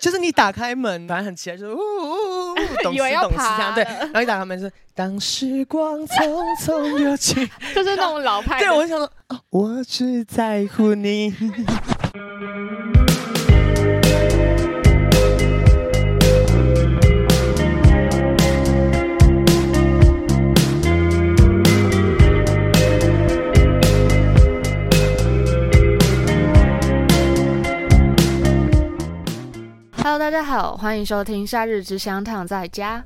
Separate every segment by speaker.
Speaker 1: 就是你打开门，反正很期待，就是呜呜呜， 懂
Speaker 2: 以为
Speaker 1: 事
Speaker 2: 要
Speaker 1: 懂事这样
Speaker 2: 爬
Speaker 1: 对。
Speaker 2: 了
Speaker 1: 然后一打开门就是当时光匆匆流 去，
Speaker 2: 就是那种老派的。
Speaker 1: 对我就想说，哦我只在乎你。
Speaker 2: Hello，大家好，欢迎收听《夏日只想躺在家》。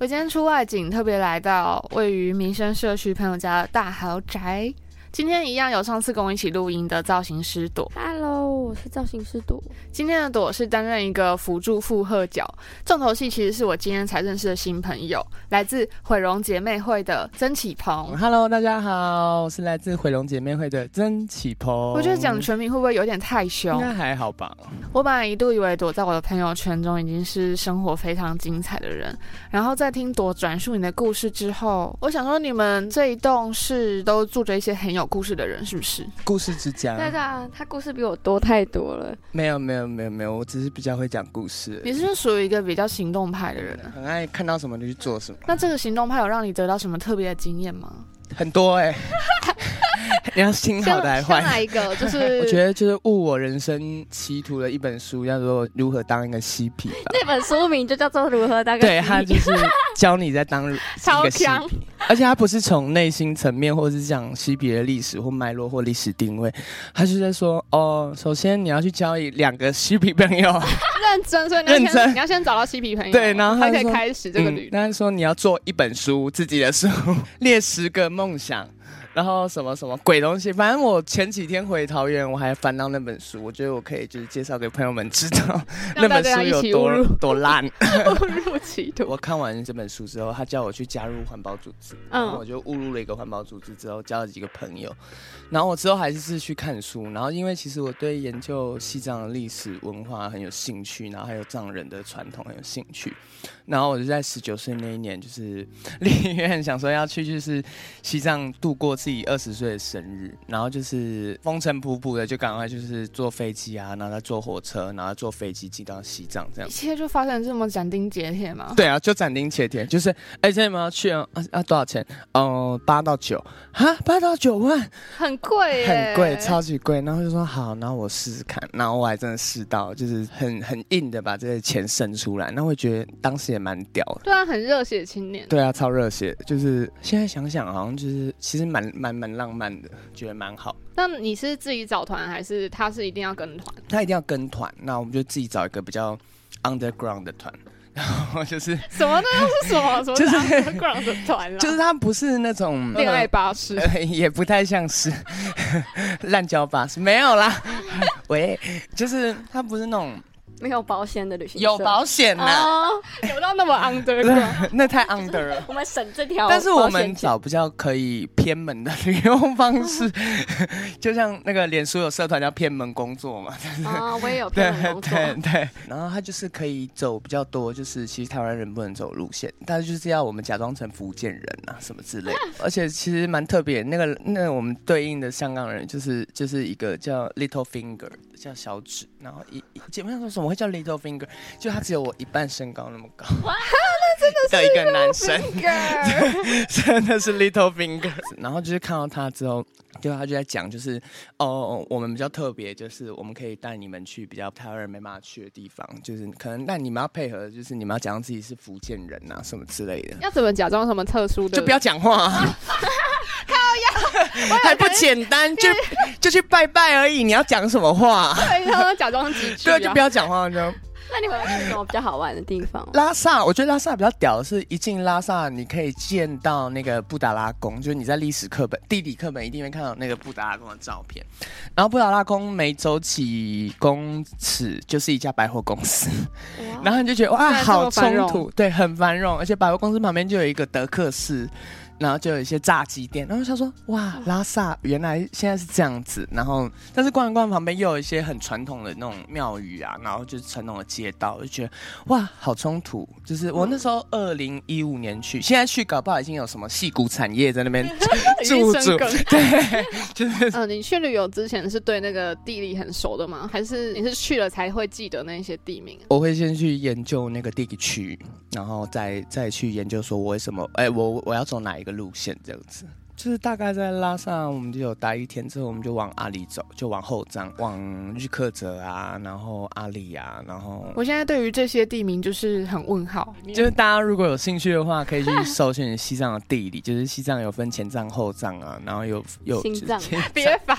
Speaker 2: 我今天出外景，特别来到位于民生社区朋友家的大豪宅。今天一样有上次跟我一起录音的造型师朵，
Speaker 3: Hello，我是造型师朵。
Speaker 2: 今天的朵是担任一个辅助附和角。重头戏其实是我今天才认识的新朋友，来自毁容姐妹会的曾启鹏。
Speaker 1: Hello，大家好，我是来自毁容姐妹会的曾启鹏。
Speaker 2: 我觉得讲全名会不会有点太
Speaker 1: 应
Speaker 2: 凶？
Speaker 1: 该还好吧？
Speaker 2: 我本来一度以为躲在我的朋友圈中已经是生活非常精彩的人，然后在听朵转述你的故事之后，我想说你们这一栋是都住着一些很有故事的人，是不是？
Speaker 1: 故事之家，
Speaker 3: 大家，啊他故事比我多太多了。
Speaker 1: 没有没有没有没有，我只是比较会讲故事而已，
Speaker 2: 你是属于一个比较行动派的人，啊
Speaker 1: 很爱看到什么就去做什么，
Speaker 2: 那这个行动派有让你得到什么特别的经验吗？
Speaker 1: 很多 哎、 你要听好的还
Speaker 3: 先
Speaker 1: 坏？
Speaker 3: 来一个，就
Speaker 1: 我
Speaker 3: 是
Speaker 1: 觉得就是误我人生歧途的一本书，叫做《如何当一个嬉皮》 吧。
Speaker 3: 那本书名就叫做《如何当个
Speaker 1: 对
Speaker 3: 鸡
Speaker 1: 他就是教你在 当一
Speaker 2: 超
Speaker 1: 个嬉
Speaker 2: 强
Speaker 1: 皮，而且他不是从内心层面，或是讲嬉皮的历史或脉络或历史定位，他就是在说哦，首先你要去交易两个嬉皮朋友，
Speaker 2: 认真，所以你要
Speaker 1: 认
Speaker 2: 先
Speaker 1: 真
Speaker 2: 你要先找到嬉皮朋友，
Speaker 1: 对然后他
Speaker 2: 才可以
Speaker 1: 说
Speaker 2: 开始 这个旅
Speaker 1: 嗯。他说你要做一本书，自己的书， 列十个梦想，然后什么什么鬼东西。反正我前几天回桃园，我还翻到那本书，我觉得我可以就是介绍给朋友们知道那
Speaker 2: 让大
Speaker 1: 本
Speaker 2: 家
Speaker 1: 书
Speaker 2: 一
Speaker 1: 有
Speaker 2: 起 误入
Speaker 1: 多多烂。
Speaker 2: 途，入歧途。
Speaker 1: 我看完这本书之后，他叫我去加入环保组织，然后我
Speaker 3: 嗯，
Speaker 1: 就误入了一个环保组织，之后交了几个朋友，然后我之后还是是去看书，然后因为其实我对研究西藏的历史文化很有兴趣，然后还有藏人的传统很有兴趣，然后我就在十九岁那一年，就是立愿想说要去就是西藏度过自己二十岁的生日，然后就是风尘仆仆的就赶快就是坐飞机啊，然后再坐火车，然后坐飞机进到西藏这样
Speaker 2: 一。切就发生这么斩钉截铁嘛？
Speaker 1: 对啊，就斩钉截铁，就是，哎、这你们要去啊啊啊，多少钱？哦、八到九，哈，八到九万，
Speaker 2: 很贵耶，
Speaker 1: 很贵，超级贵。然后就说好，然后我试试看，然后我还真的试到，就是很很硬的把这些钱省出来。那我觉得当时也蛮屌的。
Speaker 2: 对啊，很热血青年。
Speaker 1: 对啊，超热血，就是现在想想，好像就是其实蛮蛮蛮浪漫的，觉得蛮好。
Speaker 2: 那你是自己找团，还是他是一定要跟团？
Speaker 1: 他一定要跟团，那我们就自己找一个比较 underground 的团，然后就是
Speaker 2: 什么那又是什么？什么
Speaker 1: 就是
Speaker 2: underground 的团
Speaker 4: 啊
Speaker 2: 啦？
Speaker 1: 就是他不是那种
Speaker 2: 恋爱巴士。
Speaker 1: 呃， 也不太像是 烂交巴士，没有啦。 喂，就是他不是那种
Speaker 3: 没有保险的旅行社
Speaker 1: 有保险呐、
Speaker 3: 哦，
Speaker 2: 有到那么 underground，
Speaker 1: 那太 under 了。
Speaker 3: 我们省这哦条保险钱。
Speaker 1: 但是我们找比较可以偏门的 旅游方式， 就像那个脸书有社团叫偏门工作嘛，
Speaker 3: 啊，我也有
Speaker 1: 对
Speaker 3: 偏门工作，
Speaker 1: 对对。然后他就是可以走比较多，就是其实台湾人不能走路线，但是就是要我们假装成福建人啊什么之类 的。而且其实蛮特别，那个那我们对应的香港人就是就是一个叫 Little Finger，叫小指，然后一一姐妹说怎么会叫 Little Finger？就他只有我一半身高那么高，哇，那真的是一个男生。 真的是 little finger。然后就是看到他之后，就他就在讲，就是哦哦，我们比较特别，就是我们可以带你们去比较台湾人没办法去的地方，就是可能但你们要配合，就是你们要假装自己是福建人啊什么之类的。
Speaker 2: 要怎么假装什么特殊的？
Speaker 1: 就不要讲话、啊， 还不简单，就就去拜拜而已。你要讲什么话、啊
Speaker 2: 对，让他假装几句
Speaker 1: 对
Speaker 2: 啊。
Speaker 1: 啊， 就不要讲话，就
Speaker 3: 那你们有去什么比较好玩的地方？
Speaker 1: 拉萨，我觉得拉萨比较屌的是，一进拉萨你可以见到那个布达拉宫，就是你在历史课本、地理课本一定会看到那个布达拉宫的照片。然后布达拉宫每走几公尺就是一家百货公司，
Speaker 3: 哇
Speaker 1: 然后你就觉得哇，
Speaker 2: 原来这么
Speaker 1: 好
Speaker 2: 繁
Speaker 1: 冲
Speaker 2: 荣
Speaker 1: 突，对，很繁荣，而且百货公司旁边就有一个德克士。然后就有一些炸鸡店，然后他说哇，
Speaker 2: 嗯
Speaker 1: 拉萨原来现在是这样子，然后但是逛一逛旁边又有一些很传统的那种庙宇啊，然后就是传统的街道，我就觉得哇，好冲突。就是我那时候二零一五年去，现在去搞不好已经有什么戏骨产业在那边驻
Speaker 4: 已经生
Speaker 1: 足，
Speaker 4: 根
Speaker 1: 对，就是
Speaker 4: 嗯，你去旅游之前是对那个地理很熟的吗？还是你是去了才会记得那些地名啊？
Speaker 1: 我会先去研究那个地区，然后再再去研究说我为什么，哎、我我要走哪一个路线这样子。就是大概在拉萨，我们就有待一天之后，我们就往阿里走，就往后藏，往日喀则啊，然后阿里啊，然后
Speaker 4: 我现在对于这些地名就是很问号。
Speaker 1: 就是大家如果有兴趣的话，可以去搜寻西藏的地理， 就是西藏有分前藏、后藏啊，然后有有
Speaker 2: 心脏
Speaker 1: 就是
Speaker 4: 啊别烦，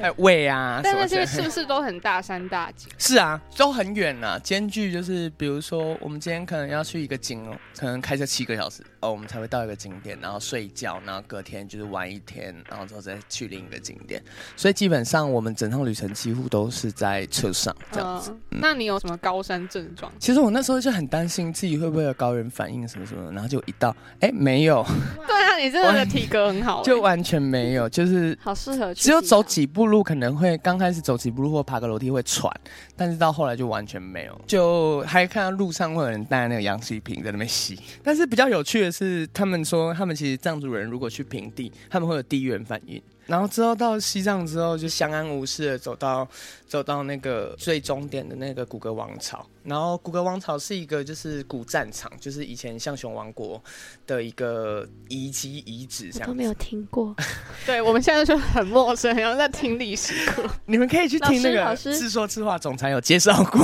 Speaker 1: 哎胃啊，
Speaker 4: 但
Speaker 1: 什么
Speaker 4: 那
Speaker 1: 之类
Speaker 4: 些
Speaker 1: 的
Speaker 4: 是不是都很大山大景？
Speaker 1: 是啊，都很远呐、间距就是，比如说我们今天可能要去一个景哦，可能开车七个小时哦，我们才会到一个景点，然后睡觉，然后隔天就是玩一天，然后之后再去另一个景点。所以基本上我们整趟旅程几乎都是在车上这样子。嗯
Speaker 4: 那你有什么高山症状？
Speaker 1: 其实我那时候就很担心自己会不会有高原反应什么什么的，然后就一到，哎，没有，
Speaker 4: 对啊，你真的体格很好欸、
Speaker 1: 就完全没有，就是
Speaker 2: 好适合去。
Speaker 1: 只有走，几步路可能会刚开始走几步路或爬个楼梯会喘，但是到后来就完全没有，就还看到路上会有人带那个氧气瓶在那边吸。但是比较有趣的是，他们说他们其实藏族人如果去平地，他们会有地缘反应。然后之后到西藏之后，就相安无事的走到走到那个最终点的那个古格王朝。然后古格王朝是一个就是古战场，就是以前象雄王国的一个遗迹遗址这
Speaker 2: 我
Speaker 1: 样
Speaker 2: 都
Speaker 1: 子
Speaker 2: 没。有听过。
Speaker 4: 对，我们现在就很陌生，然后在听历史 课，
Speaker 1: 你们可以去听那
Speaker 2: 老
Speaker 1: 个
Speaker 2: 师老师
Speaker 1: 自说自话总裁有介绍过，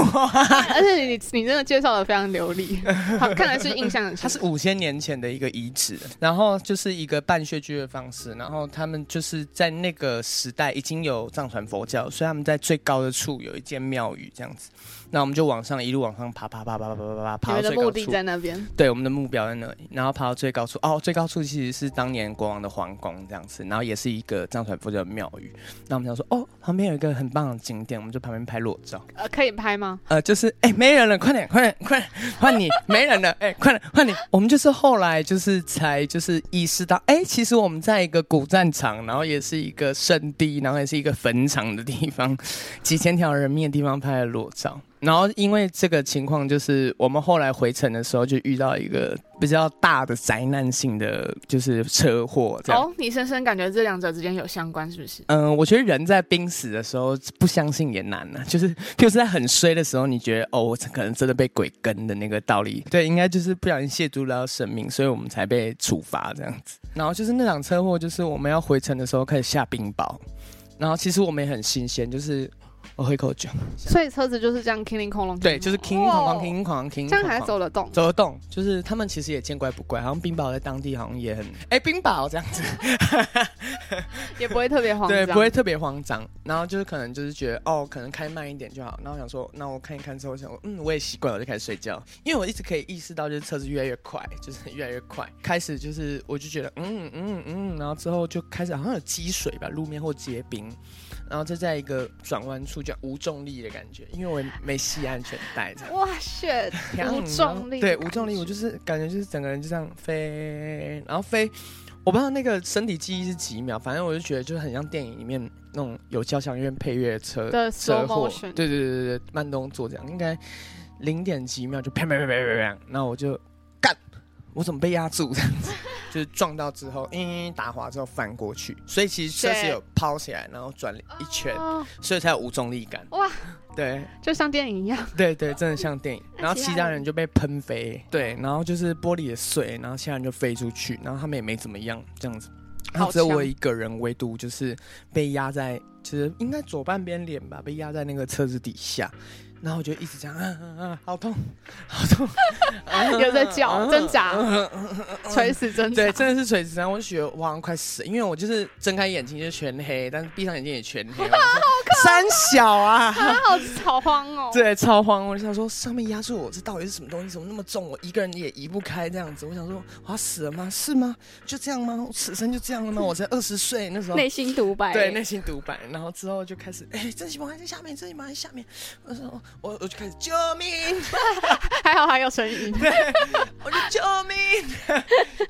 Speaker 4: 而且你你真的介绍的非常 流利，好，看来是印象很
Speaker 1: 它
Speaker 4: 深
Speaker 1: 是
Speaker 4: 刻。
Speaker 1: 五千年前的一个遗址，然后就是一个半穴居的方式，然后他们就是在那个时代已经有藏传佛教，所以他们在最高的处有一间庙宇这样子，那我们就往上一路往上爬爬爬爬爬爬爬爬爬到
Speaker 4: 你们的
Speaker 1: 最
Speaker 4: 目
Speaker 1: 高
Speaker 4: 的
Speaker 1: 处，
Speaker 4: 在那边，
Speaker 1: 对，我们的目标在那里，然后爬到最高处。哦，最高处其实是当年国王的皇宫这样子，然后也是一个藏传佛教的庙宇。那我们想说，哦，旁边有一个很棒的景点，我们就旁边拍裸照。
Speaker 4: 呃，可以拍吗？
Speaker 1: 呃，就是哎、没人了，快点，快点，快点，换你，没人了，哎、快点，换你。我们就是后来就是才就是意识到，哎、其实我们在一个古战场，然后也是一个圣地，然后也是一个坟场的地方，几千条人命的地方拍了裸照。然后因为这个情况，就是我们后来回程的时候就遇到一个呃比较大的灾难性的就是车祸，这样。
Speaker 4: 哦，你深深感觉这两者之间有相关，是不是？
Speaker 1: 嗯，我觉得人在濒死的时候不相信也难呐、 就是就是在很衰的时候，你觉得哦，我可能真的被鬼跟的那个道理，对，应该就是不小心亵渎了生命，所以我们才被处罚这样子。然后就是那场车祸，就是我们要回程的时候开始下冰雹，然后其实我们也很新鲜，就是我喝一口酒，
Speaker 4: 所以车子就是这样 killing 空 笼，
Speaker 1: 对，就是停哐哐停哐哐停，
Speaker 4: 这样还走 得动。
Speaker 1: 走得动，就是他们其实也见怪不怪，好像冰雹在当地好像也很哎、冰雹这样子。
Speaker 4: 也不会特别慌
Speaker 1: 对，
Speaker 4: 张，
Speaker 1: 不会特别慌张。然后就是可能就是觉得哦，可能开慢一点就好。然后想说，那我看一看之后，我想说嗯，我也习惯了，我就开始睡觉。因为我一直可以意识到，就是车子越来越快，就是 越来越快。开始就是我就觉得嗯嗯嗯，然后之后就开始好像有积水吧，路面或结冰，然后再在一个转弯处就无重力的感觉，因为我也没系安全带这样。
Speaker 4: 哇，shit，无重力的感觉
Speaker 1: 嗯对，无重力，我就是感觉就是整个人就这样飞，然后飞，我不知道那个身体记忆是几秒，反正我就觉得就是很像电影里面那种有交响乐配乐的车
Speaker 4: 的
Speaker 1: 车
Speaker 4: slow
Speaker 1: 祸，
Speaker 4: motion
Speaker 1: 对对对对对，慢动作这样，应该零点几秒就啪啪啪啪啪啪，然后我就干，我怎么被压住这样 子？就是撞到之后，嗯，打滑之后翻过去，所以其实车是有抛起来，然后转了一圈，
Speaker 4: 哦
Speaker 1: 所以才有无重力感。
Speaker 4: 哇，
Speaker 1: 对，
Speaker 4: 就像电影一 样，
Speaker 1: 对对，真的像电影。
Speaker 2: 那
Speaker 1: 然后
Speaker 2: 其
Speaker 1: 其
Speaker 2: 他
Speaker 1: 他
Speaker 2: 人
Speaker 1: 人就被喷飞，对，然后就是玻璃也碎，然后其他人就飞出去，然后他们也没怎么样，这样子。然后
Speaker 4: 好
Speaker 1: 只有
Speaker 4: 强
Speaker 1: 我一个人，唯独就是被压在，就是应该左半边脸吧，被压在那个车子底下。然后我就一直这样，啊啊啊，好痛，好痛，
Speaker 4: 有在叫挣 扎
Speaker 1: 嗯嗯嗯嗯
Speaker 4: 垂死挣扎。
Speaker 1: 对，真的是垂直然后我就觉得哇，快死了，因为我就是睁开眼睛就全黑，但是闭上眼睛也全黑。我就 说三小啊，
Speaker 4: 啊，好好慌哦。，
Speaker 1: 对，超慌！我就想说，上面压住我，这到底是什么东西？怎么那么重？我一个人也移不开这样子。我想说，我要死了吗？是吗？就这样吗？我此生就这样 了吗？我才二十岁，那时候
Speaker 2: 内心独白。
Speaker 1: 对内心独白。然后之后就开始，哎、真希望还在下面，真希望还在下面。我说，我我就开始救命，
Speaker 4: 还好还有声音。
Speaker 1: 我就救命，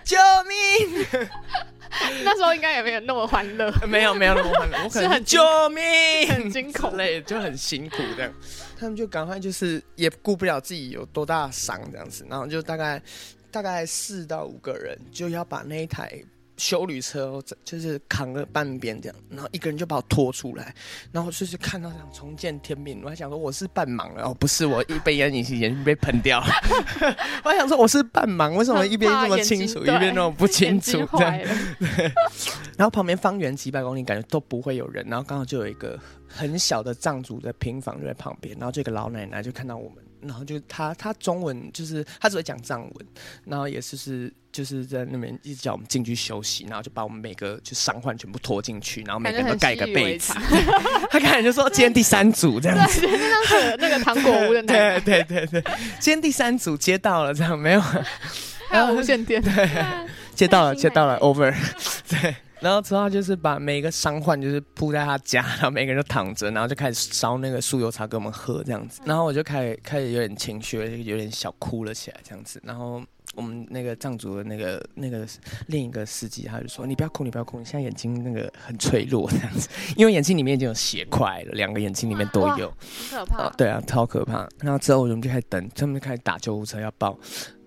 Speaker 1: 救命！
Speaker 4: 那时候应该也没有那么欢乐，
Speaker 1: 没有没有那么欢乐，我可
Speaker 4: 是
Speaker 1: 能
Speaker 4: 很
Speaker 1: 救命
Speaker 4: 很惊恐
Speaker 1: 之类的，就很辛苦这样。 他们就赶快就是也顾不了自己有多大的伤这样子，然后就大概大概四到五个人就要把那一台。修旅车哦就是扛了半边这样，然后一个人就把我拖出来，然后就是看到想重见天命，我还想说我是半盲了哦，不是我一被烟瘾性眼睛被喷掉 了，我还想说我是半盲，为什么一边
Speaker 4: 很怕
Speaker 1: 这么
Speaker 4: 眼睛
Speaker 1: 清楚，一
Speaker 4: 对
Speaker 1: 边那么不清
Speaker 4: 眼
Speaker 1: 楚
Speaker 4: 睛
Speaker 1: 这样
Speaker 4: 坏？了，
Speaker 1: 然后旁边方圆几百公里感觉都不会有人，然后刚好就有一个很小的藏族的平房就在旁边，然后这个老奶奶就看到我们，然后就她她中文就是她只会讲藏文，然后也是是就是在那边一直叫我们进去休息，然后就把我们每个就伤患全部拖进去，然后每个
Speaker 4: 感
Speaker 1: 人都
Speaker 4: 觉很
Speaker 1: 盖个
Speaker 4: 习以为
Speaker 1: 被子
Speaker 4: 常，
Speaker 1: 她看起来就 说今天第三组这样子。
Speaker 4: 对， 就像是那个糖果屋的奶奶，
Speaker 1: 对对对对，今天第三组接到了，这样没有
Speaker 4: 还有无线电，
Speaker 3: 啊
Speaker 1: 接到了，
Speaker 2: 太
Speaker 1: 接
Speaker 2: 心
Speaker 1: 到了
Speaker 2: 累
Speaker 1: ，over。对，然后之后他就是把每个伤患就是铺在他家， 然后每个人都躺着，然后就开始烧那个酥油茶给我们喝这样子。然后我就开始开始有点情绪，有点小哭了起来这样子。然后我们那个藏族的那个那个另一个司机他就说：“你不要哭，你不要哭，你现在眼睛那个很脆弱这样子，因为眼睛里面已经有血块了，两个眼睛里面都
Speaker 4: 哇
Speaker 1: 有。”
Speaker 4: 很
Speaker 1: 啊
Speaker 4: 可怕，。
Speaker 1: 对啊，超可怕。然后之后我们就开始等，他们就开始打救护车要报，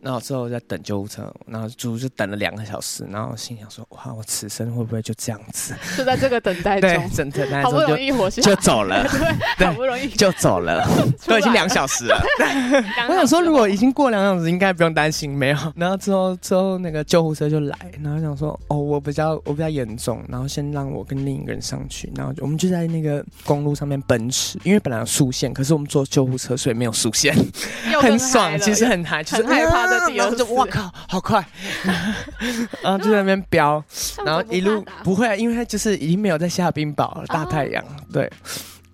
Speaker 1: 然后之后在等救护车，然后足足就等了两个小时，然后心想说，哇，我此生会不会就这样子？
Speaker 4: 就在这个等待
Speaker 1: 对
Speaker 4: 中，，
Speaker 1: 真的，那
Speaker 4: 好
Speaker 1: 时
Speaker 4: 不
Speaker 1: 候就
Speaker 4: 容易活下
Speaker 1: 就走了，
Speaker 4: 来，好不容易
Speaker 1: 就走了，
Speaker 4: 出
Speaker 1: 都已经
Speaker 4: 来
Speaker 1: 两小时了。
Speaker 4: 两
Speaker 1: 我想
Speaker 4: 小
Speaker 1: 说，
Speaker 4: 时
Speaker 1: 如
Speaker 4: 后
Speaker 1: 果已经过两小时，应该不用担心，没有。然后之后之后那个救护车就来，然后想说，哦，我比较我比较严重，然后先让我跟另一个人上去，然后我们就在那个公路上面奔驰，因为本来有速线，可是我们坐救护车，所以没有速线，
Speaker 4: 又
Speaker 1: 很
Speaker 4: 更嗨
Speaker 1: 爽，
Speaker 4: 了
Speaker 1: 其实很嗨，就是哎
Speaker 4: 很害怕在第
Speaker 1: 然
Speaker 4: 二
Speaker 1: 后
Speaker 4: 次
Speaker 1: 就哇靠，好 快，然后就在那边飙，然后一 路不会啊，因为他就是已经没有在下冰雹了，大太
Speaker 4: 哦
Speaker 1: 阳，对。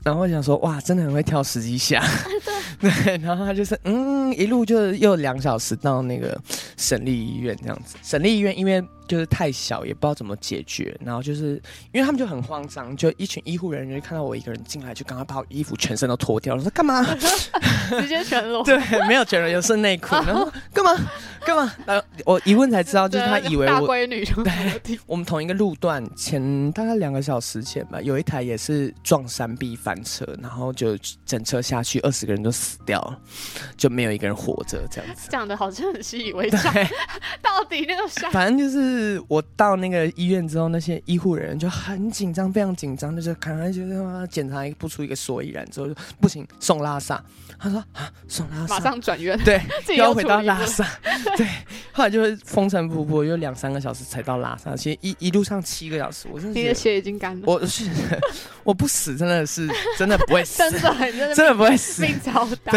Speaker 1: 然后我想说，哇，真的很会跳十几下， 对。然后他就是，嗯，一路就又两小时到那个省立医院这样子。省立医院因为就是太小，也不知道怎么解决。然后就是因为他们就很慌张，就一群医护人员就看到我一个人进来，就赶快把我衣服全身都脱掉，我说干嘛？
Speaker 4: 直接全 裸，
Speaker 1: 对，没有卷了，有剩内裤，然后干嘛干嘛？然后我一问才知道，就是他以为
Speaker 4: 大
Speaker 1: 我
Speaker 4: 闺女就裸体，
Speaker 1: 我们同一个路段前大概两个小时前吧，有一台也是撞山壁翻车，然后就整车下去，二十个人都死掉了，就没有一个人活着这 样子。
Speaker 4: 讲的好像很习以为常，到底那个山
Speaker 1: 反正就是我到那个医院之后，那些医护人员就很紧张，非常紧张，就是赶快就是啊检查不出一个所以然，之后就不行送拉萨。他说啊送拉萨，
Speaker 4: 马上转院，
Speaker 1: 对，
Speaker 4: 自己
Speaker 1: 又
Speaker 4: 又
Speaker 1: 要回到
Speaker 4: 处理不
Speaker 1: 拉
Speaker 4: 了
Speaker 1: 萨，对，后来就是风尘仆仆，又两三个小时才到拉萨，其实一一路上七个小时，我真的
Speaker 4: 你
Speaker 1: 觉得
Speaker 4: 的血已经干了，
Speaker 1: 我是 我不死真的是真的不会死
Speaker 4: 真，的很真的
Speaker 1: 真的不会死，
Speaker 4: 命超大，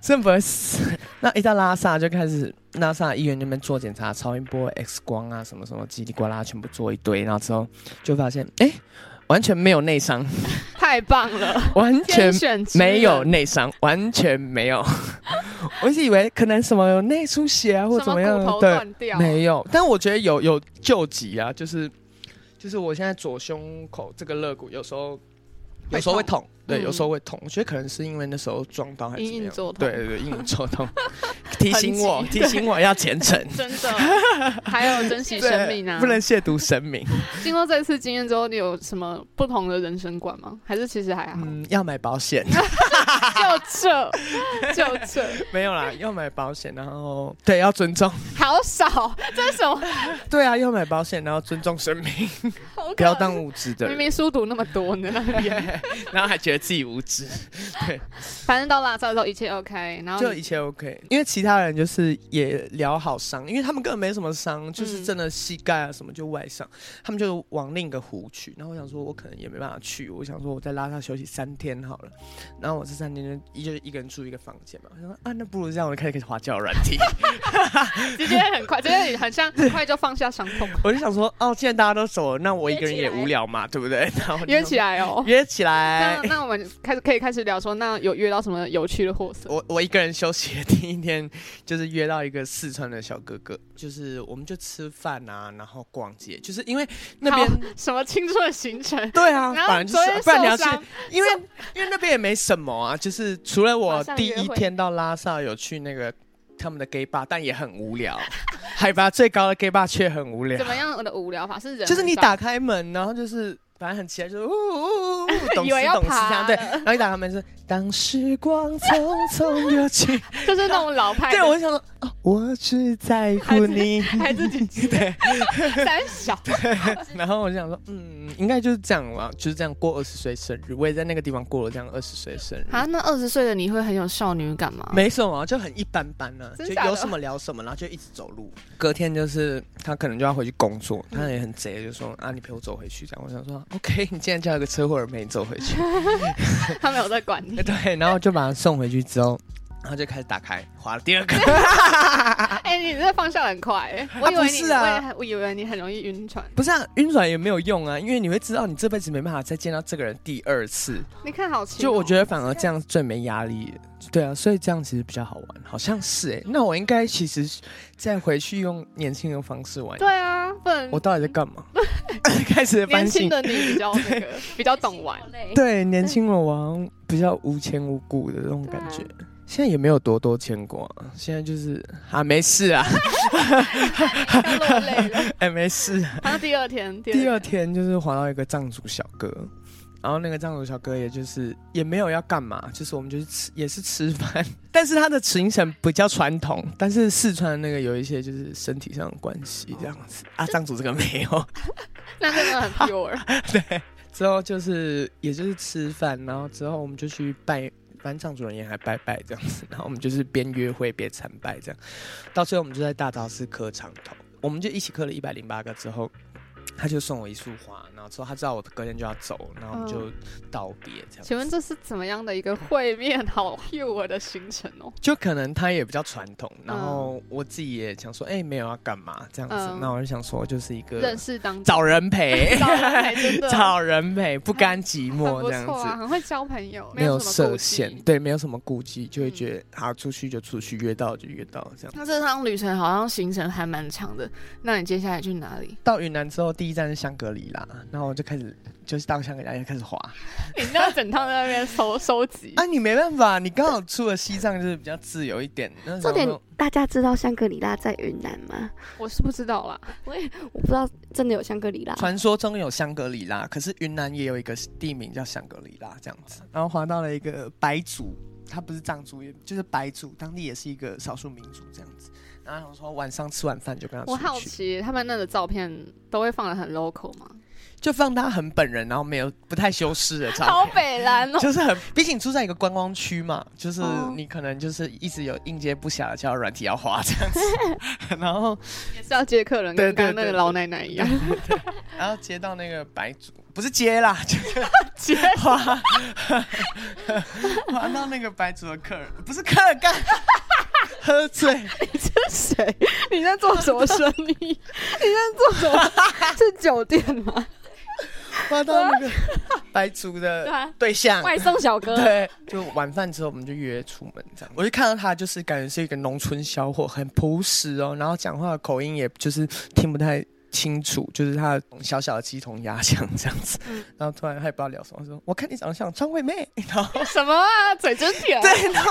Speaker 1: 真的不会死。 那一到拉萨就开始，拉萨医院那边做检查，超音波、X 光啊，什么什么叽里呱啦，全部做一堆，然后之后就发现，哎、完全没有内伤，
Speaker 4: 太棒了，
Speaker 1: 完全
Speaker 4: 天选之人
Speaker 1: 没有内伤，完全没有。 我一直以为可能什么有内出血啊，或
Speaker 4: 什
Speaker 1: 怎么样
Speaker 4: 骨，头
Speaker 1: 对，
Speaker 4: 断掉，啊
Speaker 1: 没有，但我觉得有有救急啊，就是就是我现在左胸口这个肋骨有时候
Speaker 4: 会
Speaker 1: 有时候会痛，对，
Speaker 4: 嗯
Speaker 1: 有时候会痛，我觉得可能是因为那时候撞到还是
Speaker 4: 隐
Speaker 1: 怎么
Speaker 4: 隐
Speaker 1: 样。
Speaker 4: 作痛，
Speaker 1: 对对对，隐隐作 痛，提醒我，
Speaker 4: 很急
Speaker 1: 提醒我要虔 诚，
Speaker 4: 真 的，还有珍惜生命啊！
Speaker 1: 对不 能亵渎神 明。
Speaker 4: 经过这次经验之后，你有什么不同的人生观吗？还是其 实还好？
Speaker 1: 嗯，要买保险，
Speaker 4: 就这， 就这，
Speaker 1: 没有啦，要买保险，然后对，要尊重，
Speaker 4: 好少，这是什么？
Speaker 1: 对啊，要买保险，然后尊重生 命，
Speaker 4: 好可
Speaker 1: 不要当无知的
Speaker 4: 明
Speaker 1: 人，
Speaker 4: 明书读那么 多呢，那边。
Speaker 1: 然后还觉得自己无知。
Speaker 4: 反正到拉萨的时候一切 OK，然后
Speaker 1: 就
Speaker 4: 哦 你
Speaker 1: 一切 OK，因为其他人就是也聊好伤，因为他们根本没什么伤，就是
Speaker 4: 嗯
Speaker 1: 真的膝盖啊什么就外伤，他们就往另一个湖去。然后我想说，我可能也没办法去，我想说我在拉萨休息三天好了。然后我这三天就一就一个人住一个房间嘛，我想说啊，那不如这样，我就开始开始滑交友软体。
Speaker 4: 直接很快，直接很像很快就放下伤 痛，
Speaker 1: 我就想说，哦，既然大家都走了，那我一个人也
Speaker 2: 约起来
Speaker 1: 无聊嘛，对不对？ 然后我就
Speaker 4: 约起来 哦。
Speaker 1: 约起来
Speaker 4: 那，那我们开始可以开始聊说，那有约到什么有趣的货色？
Speaker 1: 我我一个人休息的第一天，就是约到一个四川的小哥哥， 就是我们就吃饭啊，然后逛街，就是因为那边
Speaker 4: 好什么青春的行程？
Speaker 1: 对啊，
Speaker 4: 然
Speaker 1: 反
Speaker 4: 后
Speaker 1: 正
Speaker 4: 昨
Speaker 1: 就
Speaker 4: 天
Speaker 1: 是不然你要
Speaker 4: 受
Speaker 1: 去，
Speaker 4: 伤，
Speaker 1: 因为因为那边也没什么啊，就是除了我
Speaker 2: 马上
Speaker 1: 第
Speaker 2: 约
Speaker 1: 一
Speaker 2: 会
Speaker 1: 天到拉萨有去那个他们的 gay bar，但也很无聊。海拔最高的 gay bar 却很无聊
Speaker 2: 怎，么样我的无聊法是人很少，
Speaker 1: 啊就是你打开门，然后就是反正很期待，就是呜呜 呜呜，懂
Speaker 2: 以为
Speaker 1: 事
Speaker 2: 要
Speaker 1: 懂事
Speaker 2: 爬
Speaker 1: 这样对，
Speaker 2: 了
Speaker 1: 然后一打开门是当时光匆匆流去，
Speaker 2: 就是那种老派的，
Speaker 1: 对我就想说，哦我只在乎你，
Speaker 2: 还自己 吃
Speaker 1: 对，
Speaker 2: 三小，
Speaker 1: 然后我就想说，嗯，应该就是这样吧，就是这样过二十岁生日，我也在那个地方过了这样二十岁生日。
Speaker 2: 啊，那二十岁的你会很有少女感吗？
Speaker 1: 没什么，就很一般般呢、啊，
Speaker 2: 真
Speaker 1: 就
Speaker 2: 假的
Speaker 1: 有什么聊什么，然后就一直走路。隔天就是他可能就要回去工作，
Speaker 2: 嗯
Speaker 1: 他也很贼，就说啊，你陪我走回去这样。我想说，OK，你竟然叫一个车祸人陪你走回 去，。
Speaker 2: 他没有在管你
Speaker 1: 对，然后就把他送回去之后，然后就开始打开，划了第 二个，
Speaker 2: 哎、你这放下很快、欸，我以
Speaker 1: 啊
Speaker 2: 为
Speaker 1: 不
Speaker 2: 你、
Speaker 1: 是啊
Speaker 2: 我以为我以为你很容易晕船。
Speaker 1: 不是啊，晕船也没有用啊，因为你会知道你这辈子没办法再见到这个人第二次，
Speaker 2: 你看好奇、哦
Speaker 1: 就我觉得反而这样最没压力，对啊，所以这样其实比较好玩，好像是哎、那我应该其实再回去用年轻的方式玩，
Speaker 2: 对啊，不然
Speaker 1: 我到底在干嘛？ 开始
Speaker 2: 年
Speaker 1: 反
Speaker 2: 轻
Speaker 1: 省。
Speaker 2: 的你比较那个，比较懂玩。
Speaker 3: 累。
Speaker 1: 对，年轻人我好像比较无牵无顾的那种
Speaker 2: 啊
Speaker 1: 感觉。现在也没有多多牵挂，现在就是啊，没事啊，
Speaker 2: 落泪 了。
Speaker 1: 哎，没事啊。
Speaker 2: 然后第二天，
Speaker 1: 第二天就是滑到一个藏族小哥，然后那个藏族小哥也就是也没有要干嘛，就是我们就是吃也是吃饭，但是他的行程比较传统，但是四川那个有一些就是身体上的关系这样子啊，藏族这个没有。
Speaker 2: 那真的很 pure。
Speaker 1: 之后就是也就是吃饭，然后之后我们就去拜，班上主人也还拜拜这样子，然后我们就是边约会边参拜这样，到最后我们就在大昭寺磕长头，我们就一起磕了一百零八个之后。他就送我一束花，然后之后他知道我隔天就要走，然后我们就道别这样。
Speaker 2: 请问这是怎么样的一个会面？好 pure 的行程哦。
Speaker 1: 就可能他也比较传统，然后我自己也想说，哎、没有要干嘛这样子，
Speaker 2: 嗯
Speaker 1: 那、我就想说，就是一个
Speaker 2: 认识当中
Speaker 1: 找人陪，
Speaker 2: 找人还真 的
Speaker 1: 找人陪，不甘寂
Speaker 2: 很
Speaker 1: 寞
Speaker 2: 不
Speaker 1: 这样
Speaker 2: 错
Speaker 1: 子
Speaker 2: 啊，。很会交朋友，
Speaker 1: 没
Speaker 2: 有
Speaker 1: 有
Speaker 2: 什么
Speaker 1: 设
Speaker 2: 顾
Speaker 1: 限，
Speaker 2: 忌。嗯
Speaker 1: 对，没有什么顾忌，就会觉得好出去就出去，约到就约到这样。
Speaker 2: 那这趟旅程好像行程还蛮长的，那你接下来去哪里？
Speaker 1: 到云南之后，第一站是香格里拉，然后我就开始就是到香格里拉就开始滑。
Speaker 2: 你那整趟在那边收收集
Speaker 1: 啊，你没办法，你刚好出了西藏就是比较自由一点。那时
Speaker 5: 重
Speaker 1: 候
Speaker 5: 点
Speaker 1: 就，
Speaker 5: 大家知道香格里拉在云南吗？
Speaker 2: 我是不知道啦，
Speaker 5: 我不知道真的有香格里 拉。
Speaker 1: 传说中有香格里拉，可是云南也有一个地名叫香格里拉这样子。然后滑到了一个白族，他不是藏族，也就是白族，当地也是一个少数民族这样子。然后想说晚上吃晚饭就跟他出
Speaker 2: 我好
Speaker 1: 去，
Speaker 2: 奇他们那个照片都会放的很 local 吗？
Speaker 1: 就放他很本人，然后没有不太修饰 的照片。
Speaker 2: 好北蓝哦，
Speaker 1: 就是很，毕竟你住在一个观光区嘛，就是
Speaker 5: 哦
Speaker 1: 你可能就是一直有应接不暇的叫软体要花这样子，然后
Speaker 2: 也是要接客人，
Speaker 1: 对
Speaker 2: 跟
Speaker 1: 对
Speaker 2: 刚刚那个
Speaker 1: 对
Speaker 2: 老奶奶 一样，
Speaker 1: 然后接到那个白族，不是接啦，就是
Speaker 2: 接
Speaker 1: 花花到那个白族的客人，不是客人干。喝醉，
Speaker 3: 谁？你在做什 么生意？你在做什么？是酒店吗？
Speaker 1: 花到那个白族
Speaker 3: 对
Speaker 1: 的
Speaker 3: 啊，
Speaker 1: 对象，
Speaker 3: 外送小 哥。
Speaker 1: 对，就晚饭之后我们就约出门这样。我就看到他，就是感觉是一个农村小伙，很朴实哦，然后讲话的口音也就是听不太清楚，就是他的小小的鸡同鸭讲这样子。
Speaker 2: 嗯
Speaker 1: 然后突然他也不知道聊什么，说我看你长得像张惠妹，
Speaker 2: 哦
Speaker 1: 然后
Speaker 2: 什么啊，嘴真 甜。
Speaker 1: 对，然后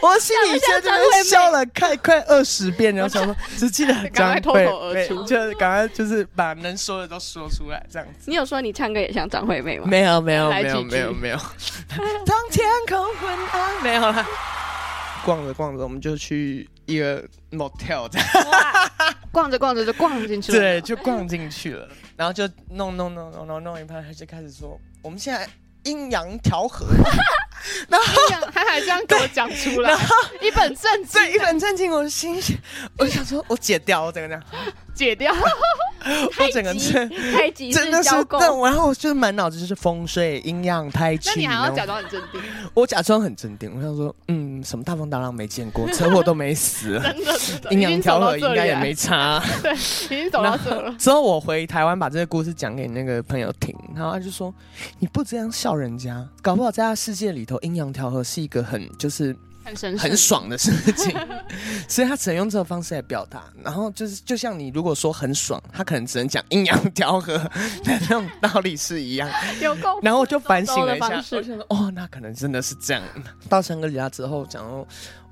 Speaker 1: 我心里在这边笑了快快二十遍，然后想说只记得
Speaker 2: 赶
Speaker 1: 张
Speaker 2: 快脱
Speaker 1: 惠
Speaker 2: 口而
Speaker 1: 妹
Speaker 2: 出，
Speaker 1: 就是赶快就是把能说的都说出来这样子。
Speaker 3: 你有说你唱歌也像张惠妹吗？
Speaker 1: 没有没有
Speaker 3: 来
Speaker 1: 没有
Speaker 3: 几句
Speaker 1: 没有没有，当天空昏暗没有啦。逛着逛着，我们就去一个 motel 这样，
Speaker 2: 逛着逛着就逛进去了。
Speaker 1: 对，，就逛进去了，然后就弄弄弄弄弄弄一半，他就开始说我们现在阴阳调和，
Speaker 2: 他还这样给我讲出来，一本正经
Speaker 1: 对，一本正经，我心想，我想说我解掉，我整个这样，
Speaker 2: 解掉。
Speaker 1: 我整个真
Speaker 3: 开集
Speaker 1: 真的是
Speaker 3: 是交，
Speaker 1: 但
Speaker 3: 工，
Speaker 1: 我然后我就是满脑子就是风水、阴阳、胎气，
Speaker 2: 那你还
Speaker 1: 然
Speaker 2: 要
Speaker 1: 后
Speaker 2: 假装很镇定，
Speaker 1: 我假装很镇定，我想说，嗯，什么大风大浪没见过，车祸都没死，
Speaker 2: 真的真的
Speaker 1: 阴阳调和
Speaker 2: 已经
Speaker 1: 应
Speaker 2: 走到这里
Speaker 1: 该也
Speaker 2: 了
Speaker 1: 没 差。
Speaker 2: 已经走到这了。
Speaker 1: 之后我回台湾把这个故事讲给那个朋友听，然后他就说：“你不这样笑人家，搞不好在他世界里头，阴阳调和是一个很就是
Speaker 2: 很神圣
Speaker 1: 很，爽的事 情，所以他只能用这种方式来表达。然后就是就像你如果说很爽，他可能只能讲阴阳调和的那种道理是一样。”
Speaker 2: 有够
Speaker 1: 然后我就反省了一
Speaker 3: 糟
Speaker 1: 下，我
Speaker 3: 的方式
Speaker 1: 想说，哦，那可能真的是这样。到香格里拉之后，讲说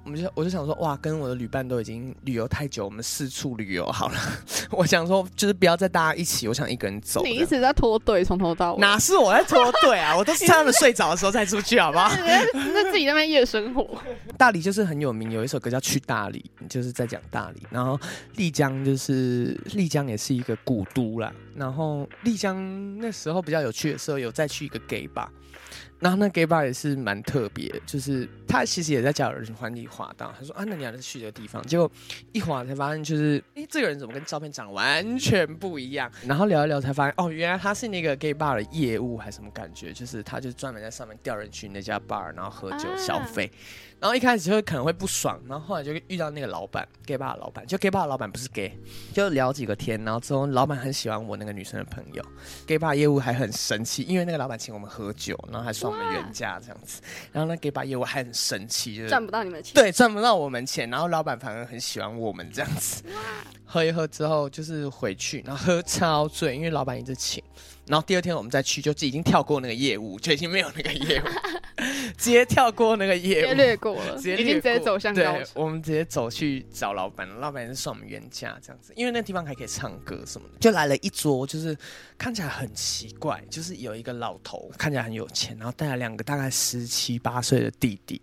Speaker 1: 我们就我就想说，哇，跟我的旅伴都已经旅游太久，我们四处旅游好了。 我想说，就是不要再大家一起，我想一个人走。
Speaker 2: 你一直在脱队，从头到尾。
Speaker 1: 哪是我在拖队啊？我都是趁他们睡着的时候再出去，好不好？
Speaker 2: 那自己在那边夜生活，
Speaker 1: 大理就是很有名，有一首歌叫《去大理》，就是在讲大理。然后丽江就是丽江也是一个古都啦。然后丽江那时候比较有趣的时候，有再去一个 gay bar，然后那 gay bar 也是蛮特别，就是他其实也在叫人环里滑到，他说啊，那你还是去这个地方。结果一滑才发现，就是诶，这个人怎么跟照片长得完全不一样？然后聊一聊才发现，哦，原来他是那个 gay bar 的业务还是什么感觉，就是他就专门在上面调人去那家 bar，然后喝酒
Speaker 3: 啊
Speaker 1: 消费。然后一开始就会可能会不爽，然后后来就遇到那个老板 gay bar 的老板，就 gay bar 的老板不是 gay，就聊几个天，然后之后老板很喜欢我那个女生的朋友，gay bar 业务还很生气，因为那个老板请我们喝酒，然后还算我们原价这样子，然后那 gay bar 业务还很生气，就是
Speaker 3: 赚不到你们的钱。
Speaker 1: 对，赚不到我们钱，然后老板反而很喜欢我们这样子。喝一喝之后就是回去，然后喝超醉，因为老板一直请。然后第二天我们再去，就已经跳过那个业务，就已经没有那个业务， 直接跳过那个业
Speaker 2: 也
Speaker 1: 务。
Speaker 2: 略过了，
Speaker 1: 哎直接
Speaker 2: 已经直接
Speaker 1: 略过
Speaker 2: 走向高
Speaker 1: 对，我们直接走去找老板，老板也是算我们原价这样子，因为那地方还可以唱歌什么的，就来了一桌，就是看起来很奇怪，就是有一个老头看起来很有钱，然后带了两个大概十七八岁的弟弟。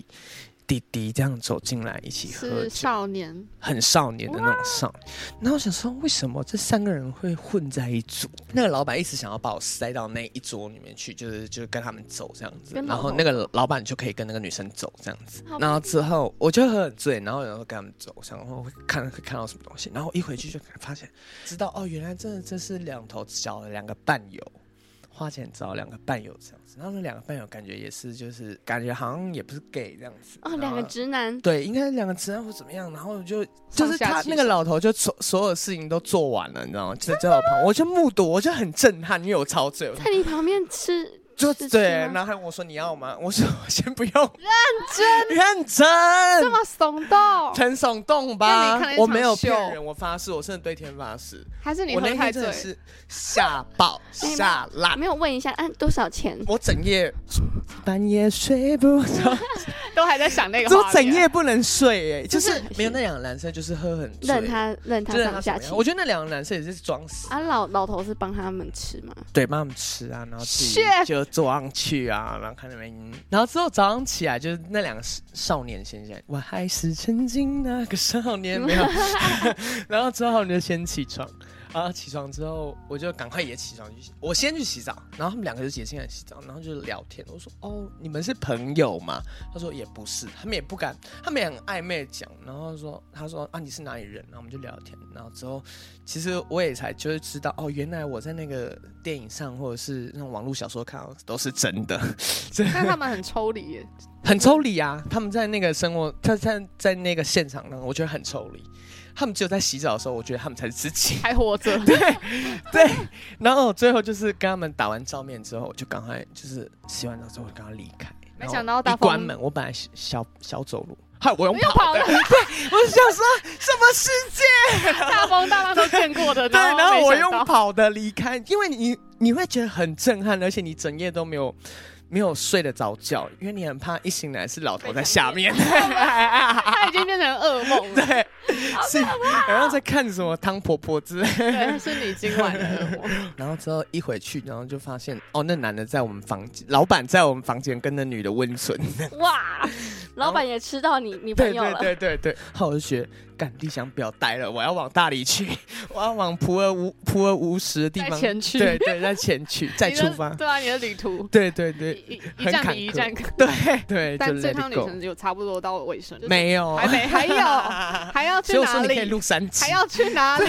Speaker 1: 弟弟这样走进来一起喝
Speaker 2: 是
Speaker 1: 酒，
Speaker 2: 少年，
Speaker 1: 很少年的那种少年。然后我想说，为什么这三个人会混在一组？那个老板一直想要把我塞到那一桌里面去，就是就是跟他们走这样子。
Speaker 3: 跟老
Speaker 1: 然后
Speaker 3: 头
Speaker 1: 那个老板就可以跟那个女生走这样子
Speaker 3: 好。
Speaker 1: 然后之后我就喝很醉，然后然后跟他们走，想说会看会看到什么东西。然后一回去就发现，知道哦，原来真的这是两头找了两个伴游。花钱找两个伴游这样子，然后那两个伴游感觉也是，就是感觉好像也不是 gay 这样子
Speaker 3: 哦，两个
Speaker 1: 然后
Speaker 3: 直男，
Speaker 1: 呃对，应该是两个直男或怎么样，然后就就
Speaker 2: 上
Speaker 1: 是
Speaker 2: 下
Speaker 1: 他
Speaker 2: 其
Speaker 1: 那个
Speaker 2: 手
Speaker 1: 老头就所所有事情都做完了，你知道吗？就在我旁，我就目睹，我就很震撼，因为我超醉，我
Speaker 3: 在你旁边吃，
Speaker 1: 就
Speaker 3: 吃
Speaker 1: 对，
Speaker 3: 吗
Speaker 1: 然后还问我说你要吗？我说我先不用，认真认
Speaker 2: 啊这
Speaker 1: 真，
Speaker 2: 么耸动，
Speaker 1: 很耸动
Speaker 2: 那
Speaker 1: 吧
Speaker 2: 你看了？一
Speaker 1: 我
Speaker 2: 场
Speaker 1: 没有
Speaker 2: 秀
Speaker 1: 骗人，我发誓，我真的对天发誓，
Speaker 2: 还是你
Speaker 1: 我
Speaker 2: 喝
Speaker 1: 那
Speaker 2: 太
Speaker 1: 天
Speaker 2: 醉
Speaker 1: 真的？是吓 爆
Speaker 3: 没有
Speaker 1: 吓烂。
Speaker 3: 没有问一下按多少钱？
Speaker 1: 我整夜半夜睡不 着，
Speaker 2: 都还在想那个
Speaker 1: 就
Speaker 2: 画
Speaker 1: 整
Speaker 2: 面，啊
Speaker 1: 夜不能睡哎、就
Speaker 3: 就是
Speaker 1: 是没有那两个男生就是喝很醉，
Speaker 3: 任他任他
Speaker 1: 就是
Speaker 3: 上
Speaker 1: 他怎
Speaker 3: 下
Speaker 1: 么
Speaker 3: 去
Speaker 1: 样？。我觉得那两个男生也是装死，
Speaker 3: 啊，老老头是帮他们吃吗？
Speaker 1: 对，帮他们吃啊，然后自己
Speaker 2: Shit
Speaker 1: 就坐上去啊，然后看那边，然后之后早上起来就是那两个少年先起来，我还是曾经那个少年， 没有，然后之后他们就先起床。然后起床之后，我就赶快也起床去洗，我先去洗澡，然后他们两个就也进来洗澡，然后就聊天。我说：“哦，你们是朋友吗？”他说：“也不是。”他们也不敢，他们也很暧昧地讲。然后说：“他说啊，你是哪里人？”然后我们就聊天。然后之后，其实我也才就是知道，哦，原来我在那个电影上或者是那种网络小说看到都是真的，
Speaker 2: 但他们很抽离耶，
Speaker 1: 很抽离啊。他们在那个生活，他在在那个现场呢，我觉得很抽离。他们只有在洗澡的时候，我觉得他们才是自 己。
Speaker 2: 还活着，
Speaker 1: 对， 然后最后就是跟他们打完照面之后，我就赶快就是洗完澡之后我就赶快离开。
Speaker 2: 没
Speaker 1: 然后
Speaker 2: 想到大
Speaker 1: 一关
Speaker 2: 风啊
Speaker 1: 门，我本来小小小走路，嗨，我用
Speaker 2: 又
Speaker 1: 跑
Speaker 2: 跑
Speaker 1: 的，
Speaker 2: 了，
Speaker 1: 我就想说什么世界？
Speaker 2: 大风大浪都见过的，
Speaker 1: 对，然后
Speaker 2: 没
Speaker 1: 我
Speaker 2: 想
Speaker 1: 用
Speaker 2: 到
Speaker 1: 跑的离开，因为你你会觉得很震撼，而且你整夜都没有没有睡得着觉，因为你很怕一醒来是老头在下面。
Speaker 2: 他已经变成噩 梦了，
Speaker 1: 对，是，然后在看什么汤婆婆之类的，
Speaker 2: 对，是你今晚的噩梦，
Speaker 1: 然后之后一回去，然后就发现哦，那男的在我们房间，老板在我们房间跟那女的温存。
Speaker 3: 哇，老板也吃到你你朋
Speaker 1: 对
Speaker 3: 友
Speaker 1: 对
Speaker 3: 了，
Speaker 1: 对对对，后来我就觉得，干丽想不要待了，我要往大理去，我要往普洱无普洱无石的地
Speaker 2: 再
Speaker 1: 方，
Speaker 2: 前去，
Speaker 1: 对对，再前 去，再
Speaker 2: 你
Speaker 1: 出
Speaker 2: 的
Speaker 1: 发。
Speaker 2: 对啊，你的旅途
Speaker 1: 对对
Speaker 2: 一
Speaker 1: 对
Speaker 2: 一一
Speaker 1: 很
Speaker 2: 站
Speaker 1: 坎
Speaker 2: 比一
Speaker 1: 坷
Speaker 2: 站更，
Speaker 1: 对 对，就
Speaker 2: 但这
Speaker 1: Let
Speaker 2: 趟
Speaker 1: it
Speaker 2: 旅
Speaker 1: go，
Speaker 2: 程就差不多到尾声，就是
Speaker 1: 没有，
Speaker 2: 还没还 有还要去
Speaker 1: 所以我说你
Speaker 2: 哪
Speaker 1: 可以录
Speaker 2: 里？
Speaker 1: 三集
Speaker 2: 还，要去哪里？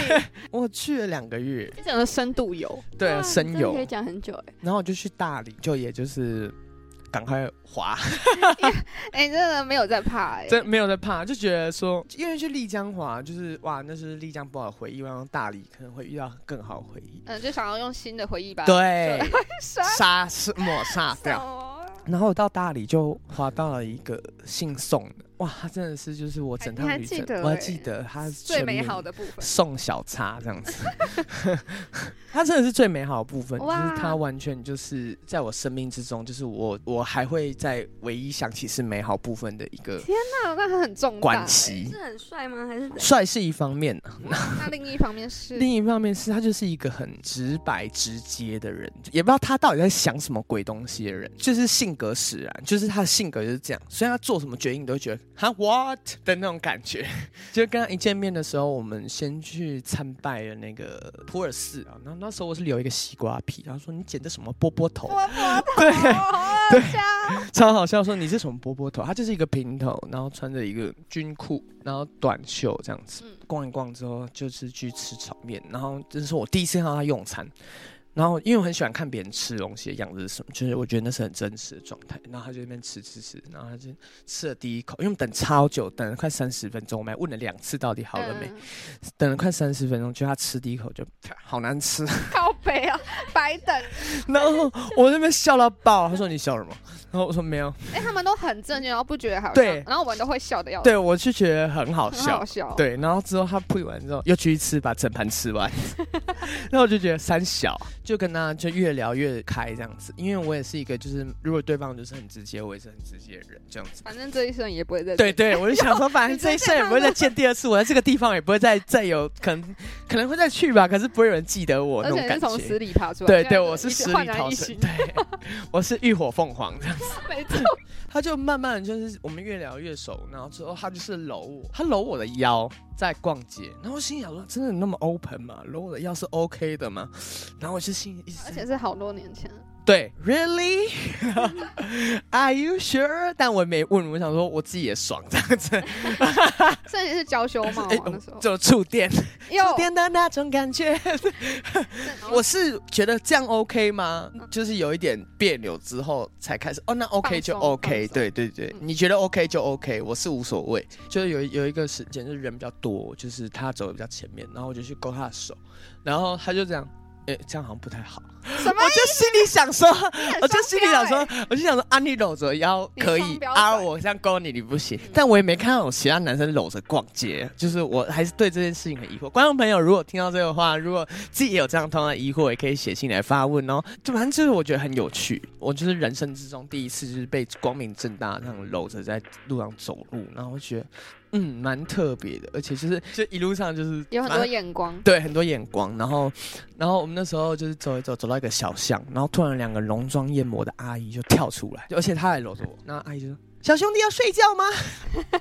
Speaker 1: 我去了两个月，
Speaker 2: 这整个深度游，
Speaker 1: 对
Speaker 3: 哇，
Speaker 1: 深
Speaker 3: 真的
Speaker 1: 游
Speaker 3: 可以，讲很久哎。
Speaker 1: 然后我就去大理，就也就是赶快滑。
Speaker 2: 哎，真的没有在怕哎，
Speaker 1: 真没有在怕，就觉得说，因为去丽江滑，就是哇，那是丽江不好的回忆，然后大理可能会遇到更好的回忆。
Speaker 2: 嗯，就想要用新的回忆吧，
Speaker 1: 对，
Speaker 2: 杀
Speaker 1: 杀
Speaker 2: 哦
Speaker 1: 是抹杀掉。然后我到大理就滑到了一个姓宋的，哇，他真的是就是我整趟
Speaker 2: 还
Speaker 1: 旅
Speaker 2: 记
Speaker 1: 程，
Speaker 2: 得
Speaker 1: 我还
Speaker 2: 欸
Speaker 1: 记得他
Speaker 2: 最
Speaker 1: 全
Speaker 2: 美
Speaker 1: 名
Speaker 2: 好的部分。
Speaker 1: 送小叉这 样子，他真的是最美好的部分，就是
Speaker 3: 哇
Speaker 1: 他完全就是在我生命之中，就是我我还会在唯一想起是美好部分的一个
Speaker 2: 天哪，那他很重大、
Speaker 1: 关
Speaker 2: 欸。
Speaker 1: 系。
Speaker 3: 是很帅吗？还是怎
Speaker 1: 帅是一方面啊，
Speaker 2: 那另一方面是，
Speaker 1: 另一方面是他就是一个很直白直接的人，也不知道他到底在想什么鬼东西的人，就是性格使然，就是他的性格就是这样，所以他做什么决定你都会觉得哈 what 的那种感觉。 就跟他一见面的时候，我们先去参拜了那个普洱寺啊，然后那时候我是留一个西瓜皮，然后说你剪的什么波波头，
Speaker 2: 我 我
Speaker 1: 对，
Speaker 2: 对，
Speaker 1: 超好笑，说你是什么波波头，他就是一个平头，然后穿着一个军裤，然后短袖这样子
Speaker 3: 嗯。
Speaker 1: 逛一逛之后，就是去吃炒面，然后这是我第一次看到他用餐。然后因为我很喜欢看别人吃东西的样子是什么，就是我觉得那是很真实的状态。然后他就在那边吃吃吃，然后他就吃了第一口，因为我们等超久，等了快三十分钟，我们还问了两次到底好了
Speaker 2: 嗯
Speaker 1: 没，？等了快三十分钟，就他吃第一口就 啪好难吃，
Speaker 2: 靠北啊，白等。
Speaker 1: 然后我那边笑到爆，他说你笑什么？然后我说没有，
Speaker 2: 哎、他们都很正经，然后不觉得好笑，
Speaker 1: 对
Speaker 2: 然后我们都会笑的要死，
Speaker 1: 对我就觉得很好
Speaker 2: 很
Speaker 1: 笑，
Speaker 2: 好笑。，
Speaker 1: 对，然后之后他配完之后又去吃，把整盘吃 完，然后我就觉得三小，就跟他就越聊越开这样子，因为我也是一个就是如果对方就是很直接，我也是很直接的人这样子。
Speaker 2: 反正这一生也不会再
Speaker 1: 对对，我就想说，反
Speaker 2: 你
Speaker 1: 正
Speaker 2: 真
Speaker 1: 这一生也不会再见第二次，我在这个地方也不会再再有可能可能会再去吧，可是不会有人记得我那
Speaker 2: 而
Speaker 1: 种
Speaker 2: 且你
Speaker 1: 感
Speaker 2: 是从
Speaker 1: 觉
Speaker 2: 死。里爬出来。
Speaker 1: 对
Speaker 2: 现在
Speaker 1: 对，
Speaker 2: 就
Speaker 1: 我是
Speaker 2: 一
Speaker 1: 十
Speaker 2: 直焕
Speaker 1: 里
Speaker 2: 然
Speaker 1: 逃
Speaker 2: 一
Speaker 1: 生
Speaker 2: 新，，
Speaker 1: 对，我是浴火凤凰这样。
Speaker 2: 没错，
Speaker 1: 他就慢慢地就是我们越聊越熟，然后之后他就是搂我，他搂我的腰在逛街，然后我心想说真的那么 open 吗？搂我的腰是 OK 的吗？然后我就心里一直
Speaker 2: 而且是好多年前。
Speaker 1: 对，really？Are you sure？但我也没问，我想说我自己也爽这样子，
Speaker 2: 甚至是娇羞帽、啊
Speaker 1: 哎、
Speaker 2: 那时候，哦
Speaker 1: 就触电
Speaker 2: 又
Speaker 1: 触电的那种感觉。
Speaker 2: 然后
Speaker 1: 我是觉得这样 OK 吗？就是有一点别扭之后才开始哦，那 OK 就
Speaker 2: 放松
Speaker 1: OK，
Speaker 2: 放松
Speaker 1: 对对对
Speaker 3: 嗯，
Speaker 1: 你觉得 OK 就 OK，我是无所谓。就是有有一个时间就是人比较多，就是他走的比较前面，然后我就去勾他的手，然后他就这样。哎、这样好像不太好。
Speaker 2: 什么
Speaker 1: 我就心里想说，
Speaker 2: 很
Speaker 1: 我就
Speaker 2: 双
Speaker 1: 心里
Speaker 2: 标
Speaker 1: 想
Speaker 2: 欸
Speaker 1: 说，我就想说，啊，你搂着腰
Speaker 2: 你
Speaker 1: 可
Speaker 2: 双
Speaker 1: 以，
Speaker 2: 标
Speaker 1: 啊，
Speaker 2: 仔
Speaker 1: 我这样勾你，你不行。但我也没看到有其他男生搂着逛街，就是我还是对这件事情很疑惑。观众朋友，如果听到这个话，如果自己也有这样同样的疑惑，也可以写信来发问哦。就反正就是我觉得很有趣，我就是人生之中第一次就是被光明正大这样搂着在路上走路，然后我觉得嗯蛮特别的，而且就是就一路上就是
Speaker 2: 有很
Speaker 1: 蛮
Speaker 2: 多眼光，
Speaker 1: 对，很多眼光。然后，然后我们那时候就是走一走，走到一个小巷，然后突然两个浓妆艳抹的阿姨就跳出来，而且她还搂着我。那阿姨就说：“小兄弟要睡觉吗？”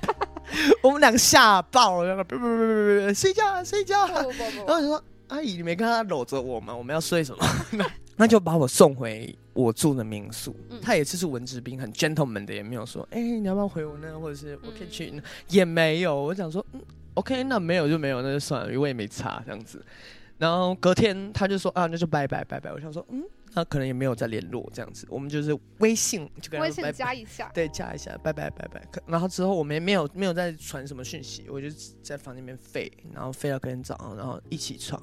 Speaker 1: 我们两个吓爆了，然后不不不不 不，睡觉啊睡觉啊。
Speaker 2: 不
Speaker 1: 然
Speaker 2: 不不
Speaker 1: 后我就说：“阿姨，你没看她搂着我吗？我们要睡什么？” 那就把我送回我住的民宿。
Speaker 3: 嗯
Speaker 1: 她也就是文质彬很 gentleman 的，也没有说：“哎、你要不要回我那？”或者是我可以去
Speaker 2: 嗯
Speaker 1: 那，也没有。我想说，嗯，OK，那没有就没有，那就算了，因为我也没差这样子。然后隔天他就说啊，那就拜拜拜拜。我想说，嗯，那可能也没有再联络这样子，我们就是微信就跟他
Speaker 2: 微
Speaker 1: 说
Speaker 2: 信
Speaker 1: 拜拜，
Speaker 2: 加一下，
Speaker 1: 对，加一下，拜拜拜拜。可然后之后我们也没有没有再传什么讯息，我就在房间里面废，然后废到隔天早上，然后一起床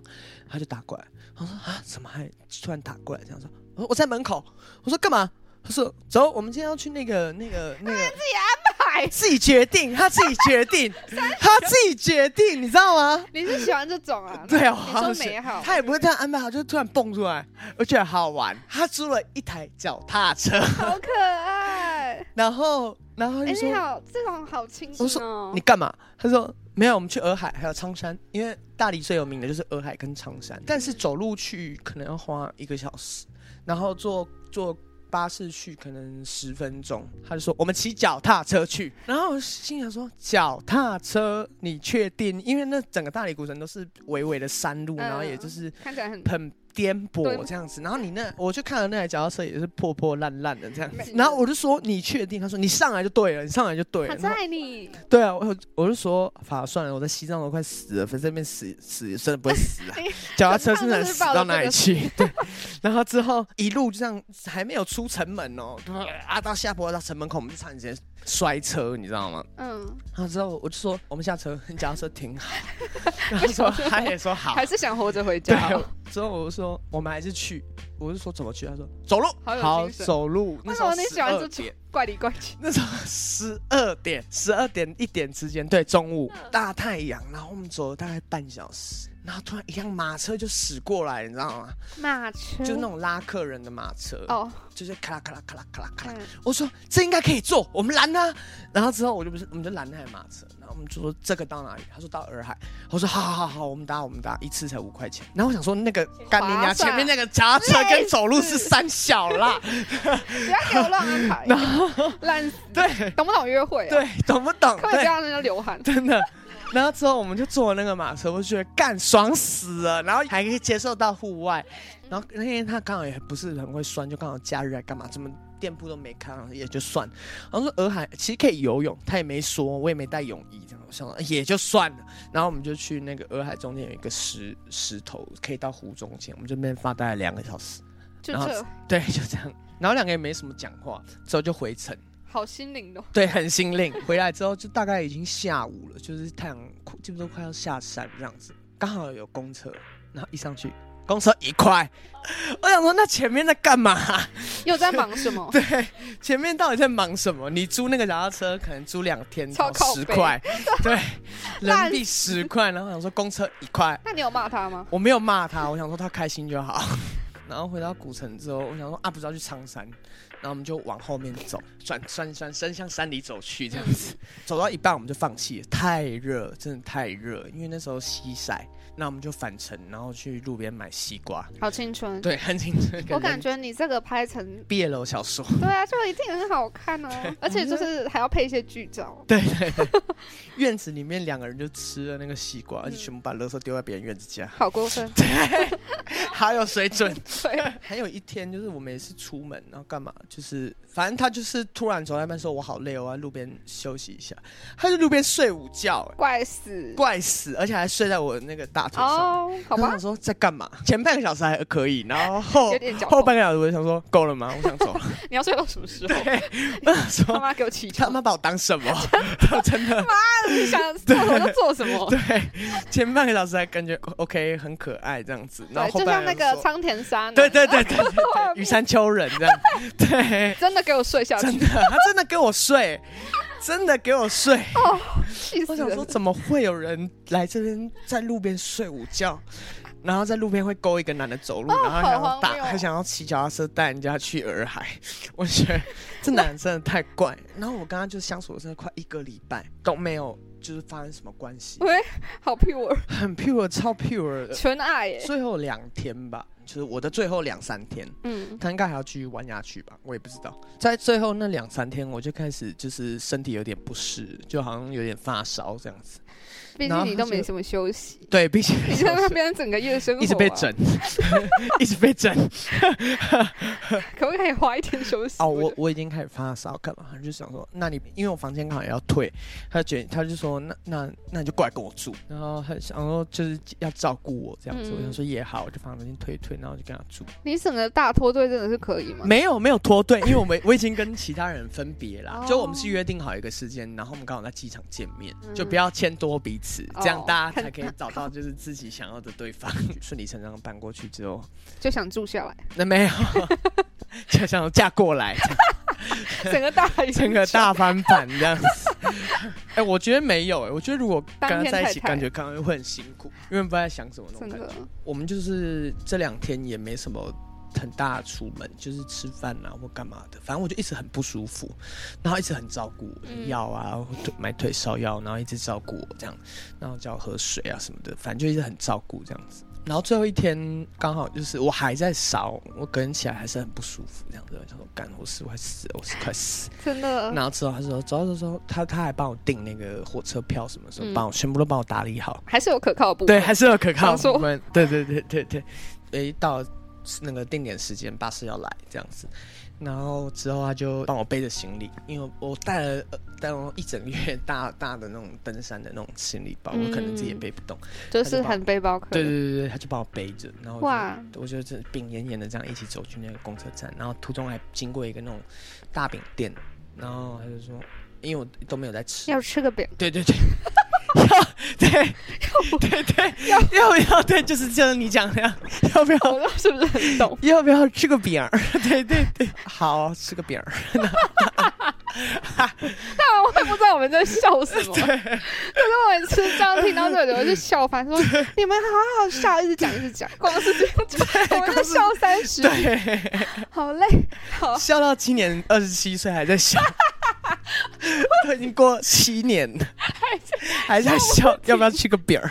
Speaker 1: 他就打过来，我说啊，怎么还突然打过来这样说？我说我在门口，我说干嘛？他说走，我们今天要去那个那个那个。
Speaker 2: 嗨，
Speaker 1: 自己决定，他自己决定，他自己决定，你知道吗？
Speaker 2: 你是喜欢这种啊？
Speaker 1: 对啊，
Speaker 2: 你
Speaker 1: 我好
Speaker 2: 说
Speaker 1: 像
Speaker 2: 美好，
Speaker 1: 他也不会这样安排好，就突然蹦出来，我觉得好好玩。他租了一台脚踏车，
Speaker 2: 好可爱。
Speaker 1: 然后然后
Speaker 2: 哎、
Speaker 1: 他就说、
Speaker 2: 你好，这种好清新
Speaker 1: 我
Speaker 3: 么？哦
Speaker 1: 你干嘛？他说没有，我们去洱海还有苍山，因为大理最有名的就是洱海跟苍山，但是走路去可能要花一个小时，然后坐坐巴士去可能十分钟。他就说我们骑脚踏车去，然后我心想说脚踏车你确定？因为那整个大理古城都是微微的山路，
Speaker 2: 嗯
Speaker 1: 然后也就是
Speaker 2: 看起来很
Speaker 1: 很颠簸
Speaker 2: 对
Speaker 1: 这样子。然后你那，我去看了那台脚踏车也是破破烂烂的这样子
Speaker 2: 没。
Speaker 1: 然后我就说你确定？他说你上来就对了，你上来就对了。
Speaker 3: 他
Speaker 1: 然后
Speaker 3: 在你，
Speaker 1: 对啊，我我就说，法算了，我在西藏都快死了，反正这边死死真的不会死啊
Speaker 2: 你，
Speaker 1: 脚踏车是
Speaker 2: 整趟
Speaker 1: 能
Speaker 2: 都是
Speaker 1: 死
Speaker 2: 抱着
Speaker 1: 到
Speaker 2: 这
Speaker 1: 哪里
Speaker 2: 个
Speaker 1: 去？对，然后之后一路就这样，还没有出城门哦，啊，到下坡到城门口，我们就差点直接摔车，你知道吗？
Speaker 2: 嗯，
Speaker 1: 然后之后我就说，我们下车， 你脚踏车停 好，然后说他也说好
Speaker 2: 还，是想活着回
Speaker 1: 对
Speaker 2: 家哦、，
Speaker 1: 之后我就说我们还是去，我是说怎么去？他说走路，
Speaker 2: 好有
Speaker 1: 好
Speaker 2: 精神
Speaker 1: 走路。那
Speaker 2: 为
Speaker 1: 时
Speaker 2: 什
Speaker 1: 候
Speaker 2: 么你喜欢这
Speaker 1: 12
Speaker 2: 种
Speaker 1: 点？
Speaker 2: 怪里怪 气？
Speaker 1: 那时候十二点， 十二点一点之间，对，中午大太阳，然后我们走了大概半小时，然后突然一辆马车就驶过来，你知道吗？
Speaker 3: 马车
Speaker 2: 嗯
Speaker 1: 就那种拉客人的马车，
Speaker 3: 哦，
Speaker 1: 就是咔啦咔啦咔啦咔啦咔啦。
Speaker 3: 嗯
Speaker 1: 我说这应该可以做，我们拦啊。然后之后我就不是，我们就拦那台马车，然后我们就说这个到哪里？他说到洱海。我说好好好好，我们搭我们搭，一次才五块钱。然后我想说那个干你娘，
Speaker 2: 划算
Speaker 1: 前面那个脚踏车跟走路是三小啦，
Speaker 2: 不要给我乱 安排，烂死，
Speaker 1: 对
Speaker 2: 懂不懂约会啊？，
Speaker 1: 对，懂不懂？
Speaker 2: 可不可以不
Speaker 1: 对，
Speaker 2: 要让人家流汗？
Speaker 1: 真的。然后之后我们就坐那个马车，我就觉得干爽死了，然后还可以接受到户外。然后那天他刚好也不是很会酸，就刚好假日来干嘛，怎么店铺都没开，也就算。然后说洱海其实可以游泳，他也没说，我也没带泳衣，这样我想说也就算了。然后我们就去那个洱海中间有一个石石头，可以到湖中间，我们就那边发呆了两个小时。
Speaker 2: 就
Speaker 1: 然后
Speaker 2: 这
Speaker 1: 对，就这样。然后两个也没什么讲话，之后就回城。
Speaker 2: 好心灵的，
Speaker 1: 对，很心累。回来之后就大概已经下午了，就是太阳基本都快要下山这样子，刚好有公车，然后一上去，公车一块，我想说那前面在干嘛？
Speaker 2: 又在忙什么？
Speaker 1: 对，前面到底在忙什么？你租那个脚踏车可能租两天，
Speaker 2: 超靠
Speaker 1: 十
Speaker 2: 北
Speaker 1: 块，对，人
Speaker 2: 烂
Speaker 1: 民币十块，然后想说公车一块，
Speaker 2: 那你有骂他吗？
Speaker 1: 我没有骂他，我想说他开心就好。 然后回到古城之后，我想说啊，不知道去苍山，然后我们就往后面走，转转转伸向山里走去，这样子。走到一半我们就放弃了，太热，真的太热，因为那时候西晒。那我们就返程，然后去路边买西瓜。
Speaker 2: 好青春，
Speaker 1: 对，很青春，
Speaker 2: 嗯我感觉你这个拍成，
Speaker 1: 毕业楼小 说。
Speaker 2: 对啊，就一定很好看啊，而且
Speaker 1: 嗯
Speaker 2: 就是还要配一些剧照，
Speaker 1: 对对对，院子里面两个人就吃了那个西瓜，而且全部把垃圾丢在别人院子家，
Speaker 2: 好 过分。
Speaker 1: 好有水准。
Speaker 2: 对，
Speaker 1: 还有一天，就是我们也是出门，然后干嘛？就是反正他就是突然走到一半说：“我好累哦，我要路边休息一下。”他在路边睡午觉、欸
Speaker 2: 怪死。
Speaker 1: 怪死，而且还睡在我那个大腿上。
Speaker 2: 哦，
Speaker 1: 然后我
Speaker 2: 好吧
Speaker 1: 想，说在干嘛？前半个小时还可以，然后后
Speaker 2: 有点脚
Speaker 1: 后
Speaker 2: 痛。
Speaker 1: 半个小时我就想说够了吗？我想走了。
Speaker 2: 你要睡到什么时候？
Speaker 1: 我想
Speaker 2: 妈
Speaker 1: 说
Speaker 2: 妈给我起
Speaker 1: 你他
Speaker 2: 床，
Speaker 1: 妈把我当什么？ 真的
Speaker 2: 你 想做什么就做什么。
Speaker 1: 对，前半个小时还感觉 OK 很可爱这样子，然后
Speaker 2: 对，
Speaker 1: 后
Speaker 2: 就
Speaker 1: 半
Speaker 2: 像
Speaker 1: 个小
Speaker 2: 那
Speaker 1: 时
Speaker 2: 个
Speaker 1: 说
Speaker 2: 苍田沙，
Speaker 1: 对对，对对对对，雨山丘人这 样，对。
Speaker 2: 真的给我睡下
Speaker 1: 真
Speaker 2: 去，
Speaker 1: 的，他真的给我 睡，真的给我睡。
Speaker 2: 哦气
Speaker 1: 我
Speaker 2: 死
Speaker 1: 想说，
Speaker 2: 人！
Speaker 1: 怎么会有人来这边在路边睡午觉，然后在路边会勾一个男的走路，然后还想
Speaker 2: 哦好
Speaker 1: 要
Speaker 2: 荒
Speaker 1: 打，
Speaker 2: 谬
Speaker 1: 还想要骑脚踏车带人家去洱海。我觉得这男人真的太怪。然后我跟他就相处了真的快一个礼拜都没有，就是发生什么关系，
Speaker 2: 喂，好 pure，
Speaker 1: 很 pure，超 pure 的。
Speaker 2: 纯爱耶！
Speaker 1: 最后两天吧，就是我的最后两三天，
Speaker 3: 嗯，
Speaker 1: 他应该还要继续玩下去吧，我也不知道。在最后那两三天，我就开始就是身体有点不适，就好像有点发烧这样子。
Speaker 2: 毕
Speaker 1: 然后
Speaker 2: 竟你
Speaker 1: 他
Speaker 2: 都
Speaker 1: 就
Speaker 2: 没什么 休息，
Speaker 1: 对，并且
Speaker 2: 你在那边整个夜生活啊
Speaker 1: 一直被整， 一直被整。
Speaker 2: 可不可以花一天休息？
Speaker 1: 哦，我我已经开始发烧，干嘛？他就想说，那你因为我房间刚好也要退，他就觉得他就说，那那那你就过来跟我住，然后他想说就是要照顾我这样子。
Speaker 3: 嗯
Speaker 1: 我想说也好，我就房间退一退，然后就跟他住。
Speaker 2: 你整个大脱队真的是可以吗？
Speaker 1: 没有没有脱队，因为我们我已经跟其他人分别啦
Speaker 2: 哦，
Speaker 1: 就我们是约定好一个时间，然后我们刚好在机场见面，
Speaker 3: 嗯
Speaker 1: 就不要牵多彼此，
Speaker 2: 哦
Speaker 1: 这样大家才可以找到就是自己想要的对 方。顺理成章搬过去之后，
Speaker 2: 就想住下来，
Speaker 1: 那没有， 就想嫁过来，
Speaker 2: 整个大
Speaker 1: 整个大翻版这样 子。哎、我觉得没有哎、我觉得如果跟他在一起，
Speaker 2: 当天太太
Speaker 1: 感觉刚刚会很辛苦，因为不知道在想什么那种
Speaker 2: 真
Speaker 1: 感觉
Speaker 2: 的。
Speaker 1: 我们就是这两天也没什么很大的出门，就是吃饭啊或干嘛的，反正我就一直很不舒服，然后一直很照顾我
Speaker 3: 嗯
Speaker 1: 药啊，或腿买退烧药，然后一直照顾我这样，然后叫我喝水啊什么的，反正就一直很照顾这样子。然后最后一天刚好就是我还在烧，我隔天起来还是很不舒服这样子，我想说干我是快死了，我是快死了
Speaker 2: 真的
Speaker 1: 然后之后他
Speaker 3: 嗯
Speaker 1: 说，走走走，他他还帮我订那个火车票什么时候，
Speaker 3: 嗯
Speaker 1: 帮我全部都帮我打理好。
Speaker 2: 还是有可靠的部
Speaker 1: 对，
Speaker 2: 分。
Speaker 1: 还是有可靠
Speaker 2: 想
Speaker 1: 的
Speaker 2: 说
Speaker 1: 部分。对对对对对，诶，到那个定点时间，巴士要来这样子。然后之后他就帮我背着行李，因为我带了呃带了一整个月大大的那种登山的那种行李包，我可能自己也
Speaker 3: 嗯
Speaker 1: 背不动。
Speaker 2: 就是很背包客。
Speaker 1: 对对对对，他就把我背着，然后我就
Speaker 2: 哇，
Speaker 1: 我就这病恹恹的这样一起走去那个公车站，然后途中还经过一个那种大饼店，然后他就说，因为我都没有在吃，
Speaker 2: 要吃个饼，
Speaker 1: 对对对，对对对，要不要对，就是就是你讲的呀， 要不要？
Speaker 2: 我不知道是不是 很懂
Speaker 1: 要不要吃个饼儿？ 对对对，好吃个饼儿。
Speaker 2: 但我也不知道我们在笑什 么。可是我每次这样听到这里，我就笑翻，说你们好好笑，一直讲一直 讲，光是这样就我们就笑三十，
Speaker 1: 对，
Speaker 2: 好累，好
Speaker 1: 笑到今年二十七岁还在笑，都 已经过七年了，还在笑，要不要吃个饼儿？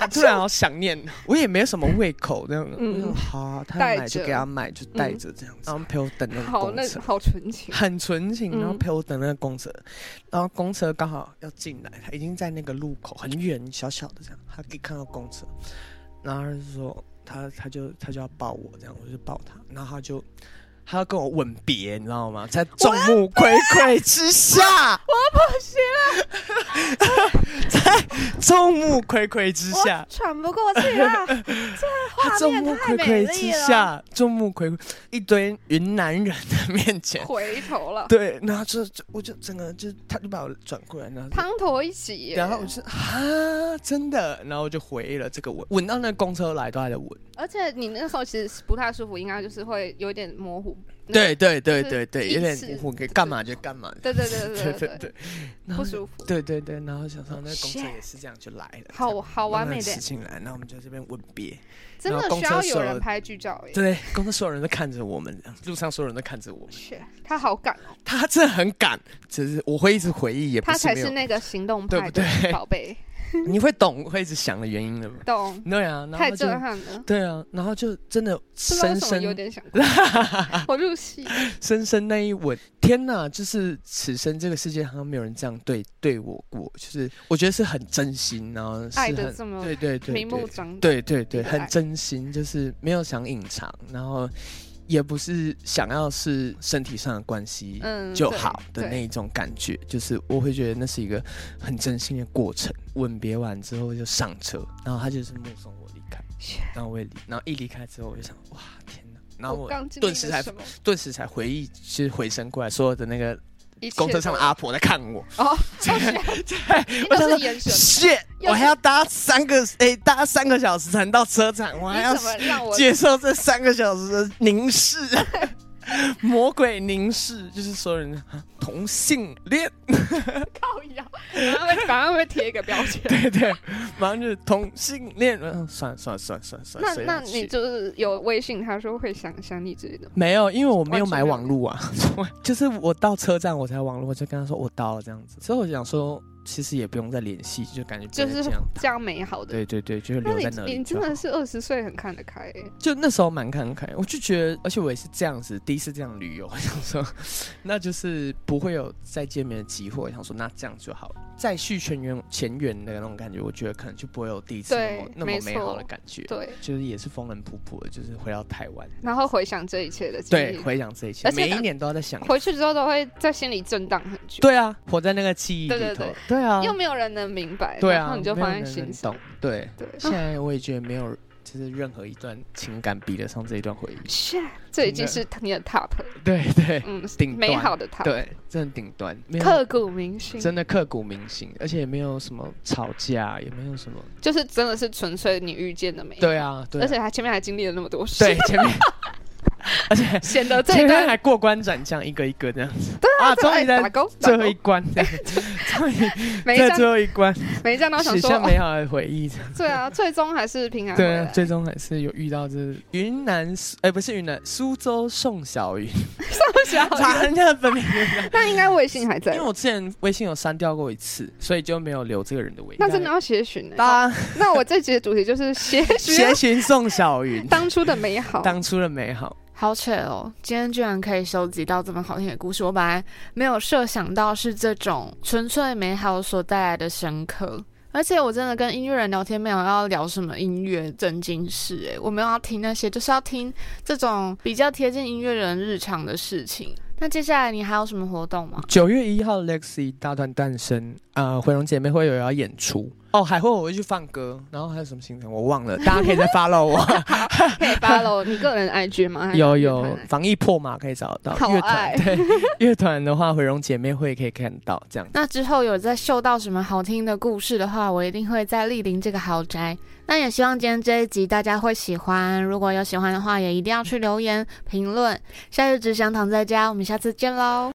Speaker 1: 啊突然好想念，我也没什么胃口，这样。
Speaker 2: 嗯
Speaker 1: 嗯，好啊，他
Speaker 2: 带
Speaker 1: 买就
Speaker 2: 着
Speaker 1: 给他买，就带着这样子，然后陪我等那个
Speaker 2: 好
Speaker 1: 公
Speaker 2: 那
Speaker 1: 车，
Speaker 2: 好纯情，
Speaker 1: 很纯情，然后
Speaker 2: 嗯
Speaker 1: 陪我等那个公车，然后公车刚好要进来，他已经在那个路口很远，小小的这样，他可以看到公车，然后他就说他他就他就要抱我这样，我就抱他，然后他就他要跟我吻别，你知道吗？在众目睽睽之下，在众目睽睽之下
Speaker 2: 我，喘不过气 啊了，
Speaker 1: 他
Speaker 2: 这
Speaker 1: 众
Speaker 2: 画
Speaker 1: 目
Speaker 2: 面
Speaker 1: 睽
Speaker 2: 太
Speaker 1: 睽
Speaker 2: 美
Speaker 1: 之
Speaker 2: 丽了，
Speaker 1: 下，众目睽睽一堆云南人的面前，
Speaker 2: 回头了，
Speaker 1: 对，然后就就我就整个就他就把我转过来，然后就
Speaker 2: 滂沱一起耶，
Speaker 1: 然后我就啊真的，然后我就回了这个吻，吻到那个公车来都还在吻。
Speaker 2: 而且你那个时候其实是不太舒服，应该就是会有点模糊，
Speaker 1: 对对对
Speaker 2: 就
Speaker 1: 对
Speaker 2: 是
Speaker 1: 对，
Speaker 2: 意
Speaker 1: 有点
Speaker 2: 识
Speaker 1: 模糊，给
Speaker 2: 对
Speaker 1: 干嘛就干嘛。
Speaker 2: 对对对
Speaker 1: 对
Speaker 2: 对
Speaker 1: 对
Speaker 2: 对
Speaker 1: 对
Speaker 2: 对，，
Speaker 1: 然后
Speaker 2: 不
Speaker 1: 就
Speaker 2: 舒服，
Speaker 1: 对对对，然后想说那个公车
Speaker 2: Shit
Speaker 1: 也是这样就来了，这
Speaker 2: 好
Speaker 1: 样
Speaker 2: 好完美
Speaker 1: 慢慢驶，
Speaker 2: 的
Speaker 1: 进来，然后我们就这边吻别。
Speaker 2: 真
Speaker 1: 然
Speaker 2: 的
Speaker 1: 后公
Speaker 2: 需
Speaker 1: 车
Speaker 2: 要
Speaker 1: 手
Speaker 2: 有人拍剧照耶，
Speaker 1: 对，公车所有人都看着我们，路上所有人都看着我们，
Speaker 2: 是他好敢哦，
Speaker 1: 他真的很敢，只是我会一直回忆，也不
Speaker 2: 他才
Speaker 1: 没
Speaker 2: 是
Speaker 1: 有，
Speaker 2: 那个行动
Speaker 1: 对
Speaker 2: 派
Speaker 1: 不
Speaker 2: 的
Speaker 1: 对
Speaker 2: 宝贝，
Speaker 1: 你会懂，会一直想的原因的嘛。
Speaker 2: 懂？
Speaker 1: 对啊，然
Speaker 2: 太
Speaker 1: 后就
Speaker 2: 震撼了，
Speaker 1: 对啊，然后就真的
Speaker 2: 不知道为
Speaker 1: 深
Speaker 2: 什么有
Speaker 1: 深
Speaker 2: 点想哭，我入戏，
Speaker 1: 深深那一吻，天哪！就是此生这个世界好像没有人这样对对我过，就是我觉得是很真心，然后是
Speaker 2: 爱
Speaker 1: 很
Speaker 2: 的这么
Speaker 1: 对对对
Speaker 2: 明目
Speaker 1: 对
Speaker 2: 张胆，
Speaker 1: 对对对，
Speaker 2: 可
Speaker 1: 很
Speaker 2: 爱
Speaker 1: 真心，就是没有想隐藏，然后也不是想要是身体上的关系
Speaker 2: 嗯
Speaker 1: 就
Speaker 2: 对
Speaker 1: 好的
Speaker 2: 对
Speaker 1: 那一种感觉，就是我会觉得那是一个很真心的过程。吻别完之后就上车，然后他就是目送我离开，然后我也离，然后一离开之后我就想，哇，天哪！然后
Speaker 2: 我
Speaker 1: 我
Speaker 2: 刚经历
Speaker 1: 顿时才
Speaker 2: 了什么，
Speaker 1: 顿时才回忆，其实回身过来，所有的那个
Speaker 2: 一切
Speaker 1: 公车上的
Speaker 2: 都
Speaker 1: 阿婆在看我，
Speaker 2: 哦，
Speaker 1: 我
Speaker 2: 我
Speaker 1: 想
Speaker 2: 都
Speaker 1: 说
Speaker 2: 是眼神，
Speaker 1: shit，
Speaker 2: 又
Speaker 1: 我还要搭三个，诶，搭三个小时才能到车站，我还要
Speaker 2: 你怎么让我
Speaker 1: 接受这三个小时的凝视， 魔鬼凝视，就是所有人啊同性恋，
Speaker 2: 靠 腰？马上会马上会贴一个标签。
Speaker 1: 对对， 马上就是同性恋，然后呃算了算了算了算了算了，
Speaker 2: 那
Speaker 1: 随他
Speaker 2: 那你
Speaker 1: 去
Speaker 2: 就是有微信，他说会想想你之类的吗。
Speaker 1: 没有，因为我没有
Speaker 2: 完全没
Speaker 1: 买
Speaker 2: 有
Speaker 1: 网路啊， 就是我到车站我才网路，我就跟他说我到了这样子。所以我想说，其实也不用再联系，就感觉不
Speaker 2: 就
Speaker 1: 用再
Speaker 2: 是
Speaker 1: 这样。
Speaker 2: 这样美好的。
Speaker 1: 对对对，就是
Speaker 2: 那
Speaker 1: 留在那
Speaker 2: 你
Speaker 1: 里
Speaker 2: 你
Speaker 1: 就
Speaker 2: 真
Speaker 1: 好。
Speaker 2: 的是二十岁很看得开、欸，
Speaker 1: 就那时候蛮感慨，我就觉得，而且我也是这样子，第一次这样旅游，我想说， 那就是不会有再见面的机会。我想说，那这样就好了，再续前缘前缘的那种感觉，我觉得可能就不会有第一次那么
Speaker 2: 对
Speaker 1: 那么
Speaker 2: 没
Speaker 1: 美好
Speaker 2: 错
Speaker 1: 的感觉。
Speaker 2: 对。
Speaker 1: 就是也是风尘仆仆的，就是回到台湾，
Speaker 2: 然后回想这一切的经
Speaker 1: 对，
Speaker 2: 历，
Speaker 1: 回想这一切
Speaker 2: 而，且
Speaker 1: 每一
Speaker 2: 感
Speaker 1: 年都要在想
Speaker 2: 回去之后都会在心里震荡很久，
Speaker 1: 对啊，活在那个记忆
Speaker 2: 对
Speaker 1: 里
Speaker 2: 对
Speaker 1: 头
Speaker 2: 对，
Speaker 1: 对啊，
Speaker 2: 又没有人能明白，
Speaker 1: 对
Speaker 2: 然
Speaker 1: 啊，
Speaker 2: 后你就
Speaker 1: 没有
Speaker 2: 放在
Speaker 1: 人
Speaker 2: 心
Speaker 1: 能
Speaker 2: 上
Speaker 1: 懂。。对，
Speaker 2: 对，
Speaker 1: 现在我也觉得没有，就是任何一段情感比得上这一段回忆。
Speaker 2: 是，这已经是你的 top，了
Speaker 1: 对对
Speaker 2: 嗯
Speaker 1: 顶，
Speaker 2: 美
Speaker 1: 端
Speaker 2: 好的 top，
Speaker 1: 对，真的顶端，没有
Speaker 2: 刻骨铭心，
Speaker 1: 真的刻骨铭心，而且也没有什么吵架，也没有什么。
Speaker 2: 就是真的是纯粹你遇见的美好。
Speaker 1: 对啊，对
Speaker 2: 嗯而
Speaker 1: 啊，
Speaker 2: 且他前面还经历了那么多事，
Speaker 1: 对，前 面，而且
Speaker 2: 显得这
Speaker 1: 前
Speaker 2: 一
Speaker 1: 面
Speaker 2: 段
Speaker 1: 还过关斩将，一个一个这样子。对啊，终于
Speaker 2: 哎打
Speaker 1: 在
Speaker 2: 勾，打
Speaker 1: 最后
Speaker 2: 勾
Speaker 1: 一关，终于
Speaker 2: 每一
Speaker 1: 在最
Speaker 2: 张
Speaker 1: 后一关，
Speaker 2: 每一张都想
Speaker 1: 许
Speaker 2: 说
Speaker 1: 下
Speaker 2: 哦，
Speaker 1: 美好的回忆。
Speaker 2: 对啊，最终还是平安回
Speaker 1: 对啊
Speaker 2: 来，。
Speaker 1: 最终还是有遇到这云南苏，哎、不是云南，苏州宋小云，查人家的本名，
Speaker 2: 那应该微信还
Speaker 1: 因
Speaker 2: 在
Speaker 1: 为，我之前微信有删掉过一次，所以就没有留这个人的微信。
Speaker 2: 那真的要些许呢。
Speaker 1: 当
Speaker 2: 那我这集的主题就是些许
Speaker 1: 协寻宋小云
Speaker 2: 当初的美好。
Speaker 1: 当初的美好，
Speaker 4: 好扯哦！今天居然可以收集到这么好听的故事，我本来没有设想到是这种纯粹美好所带来的深刻。而且我真的跟音乐人聊天，没有要聊什么音乐正经事、诶，我没有要听那些，就是要听这种比较贴近音乐人日常的事情。那接下来你还有什么活动吗？
Speaker 1: 九月一号 Lexi 大团诞生，呃，回龙姐妹会有要演出，哦，还会我会去放歌，然后还有什么行程我忘了，大家可以再 follow 我。
Speaker 2: 可以 follow 你个人 IG 吗？还是
Speaker 1: 有
Speaker 2: 你的
Speaker 1: 有
Speaker 2: 团 IG
Speaker 1: 防疫破码可以找得到，
Speaker 2: 好
Speaker 1: 乐
Speaker 2: 爱
Speaker 1: 团对乐团的话，回荣姐妹会可以看到这样。
Speaker 4: 那之后有在嗅到什么好听的故事的话，我一定会再莅临这个豪宅。那也希望今天这一集大家会喜欢，如果有喜欢的话，也一定要去留言评论。夏日只想躺在家，我们下次见喽。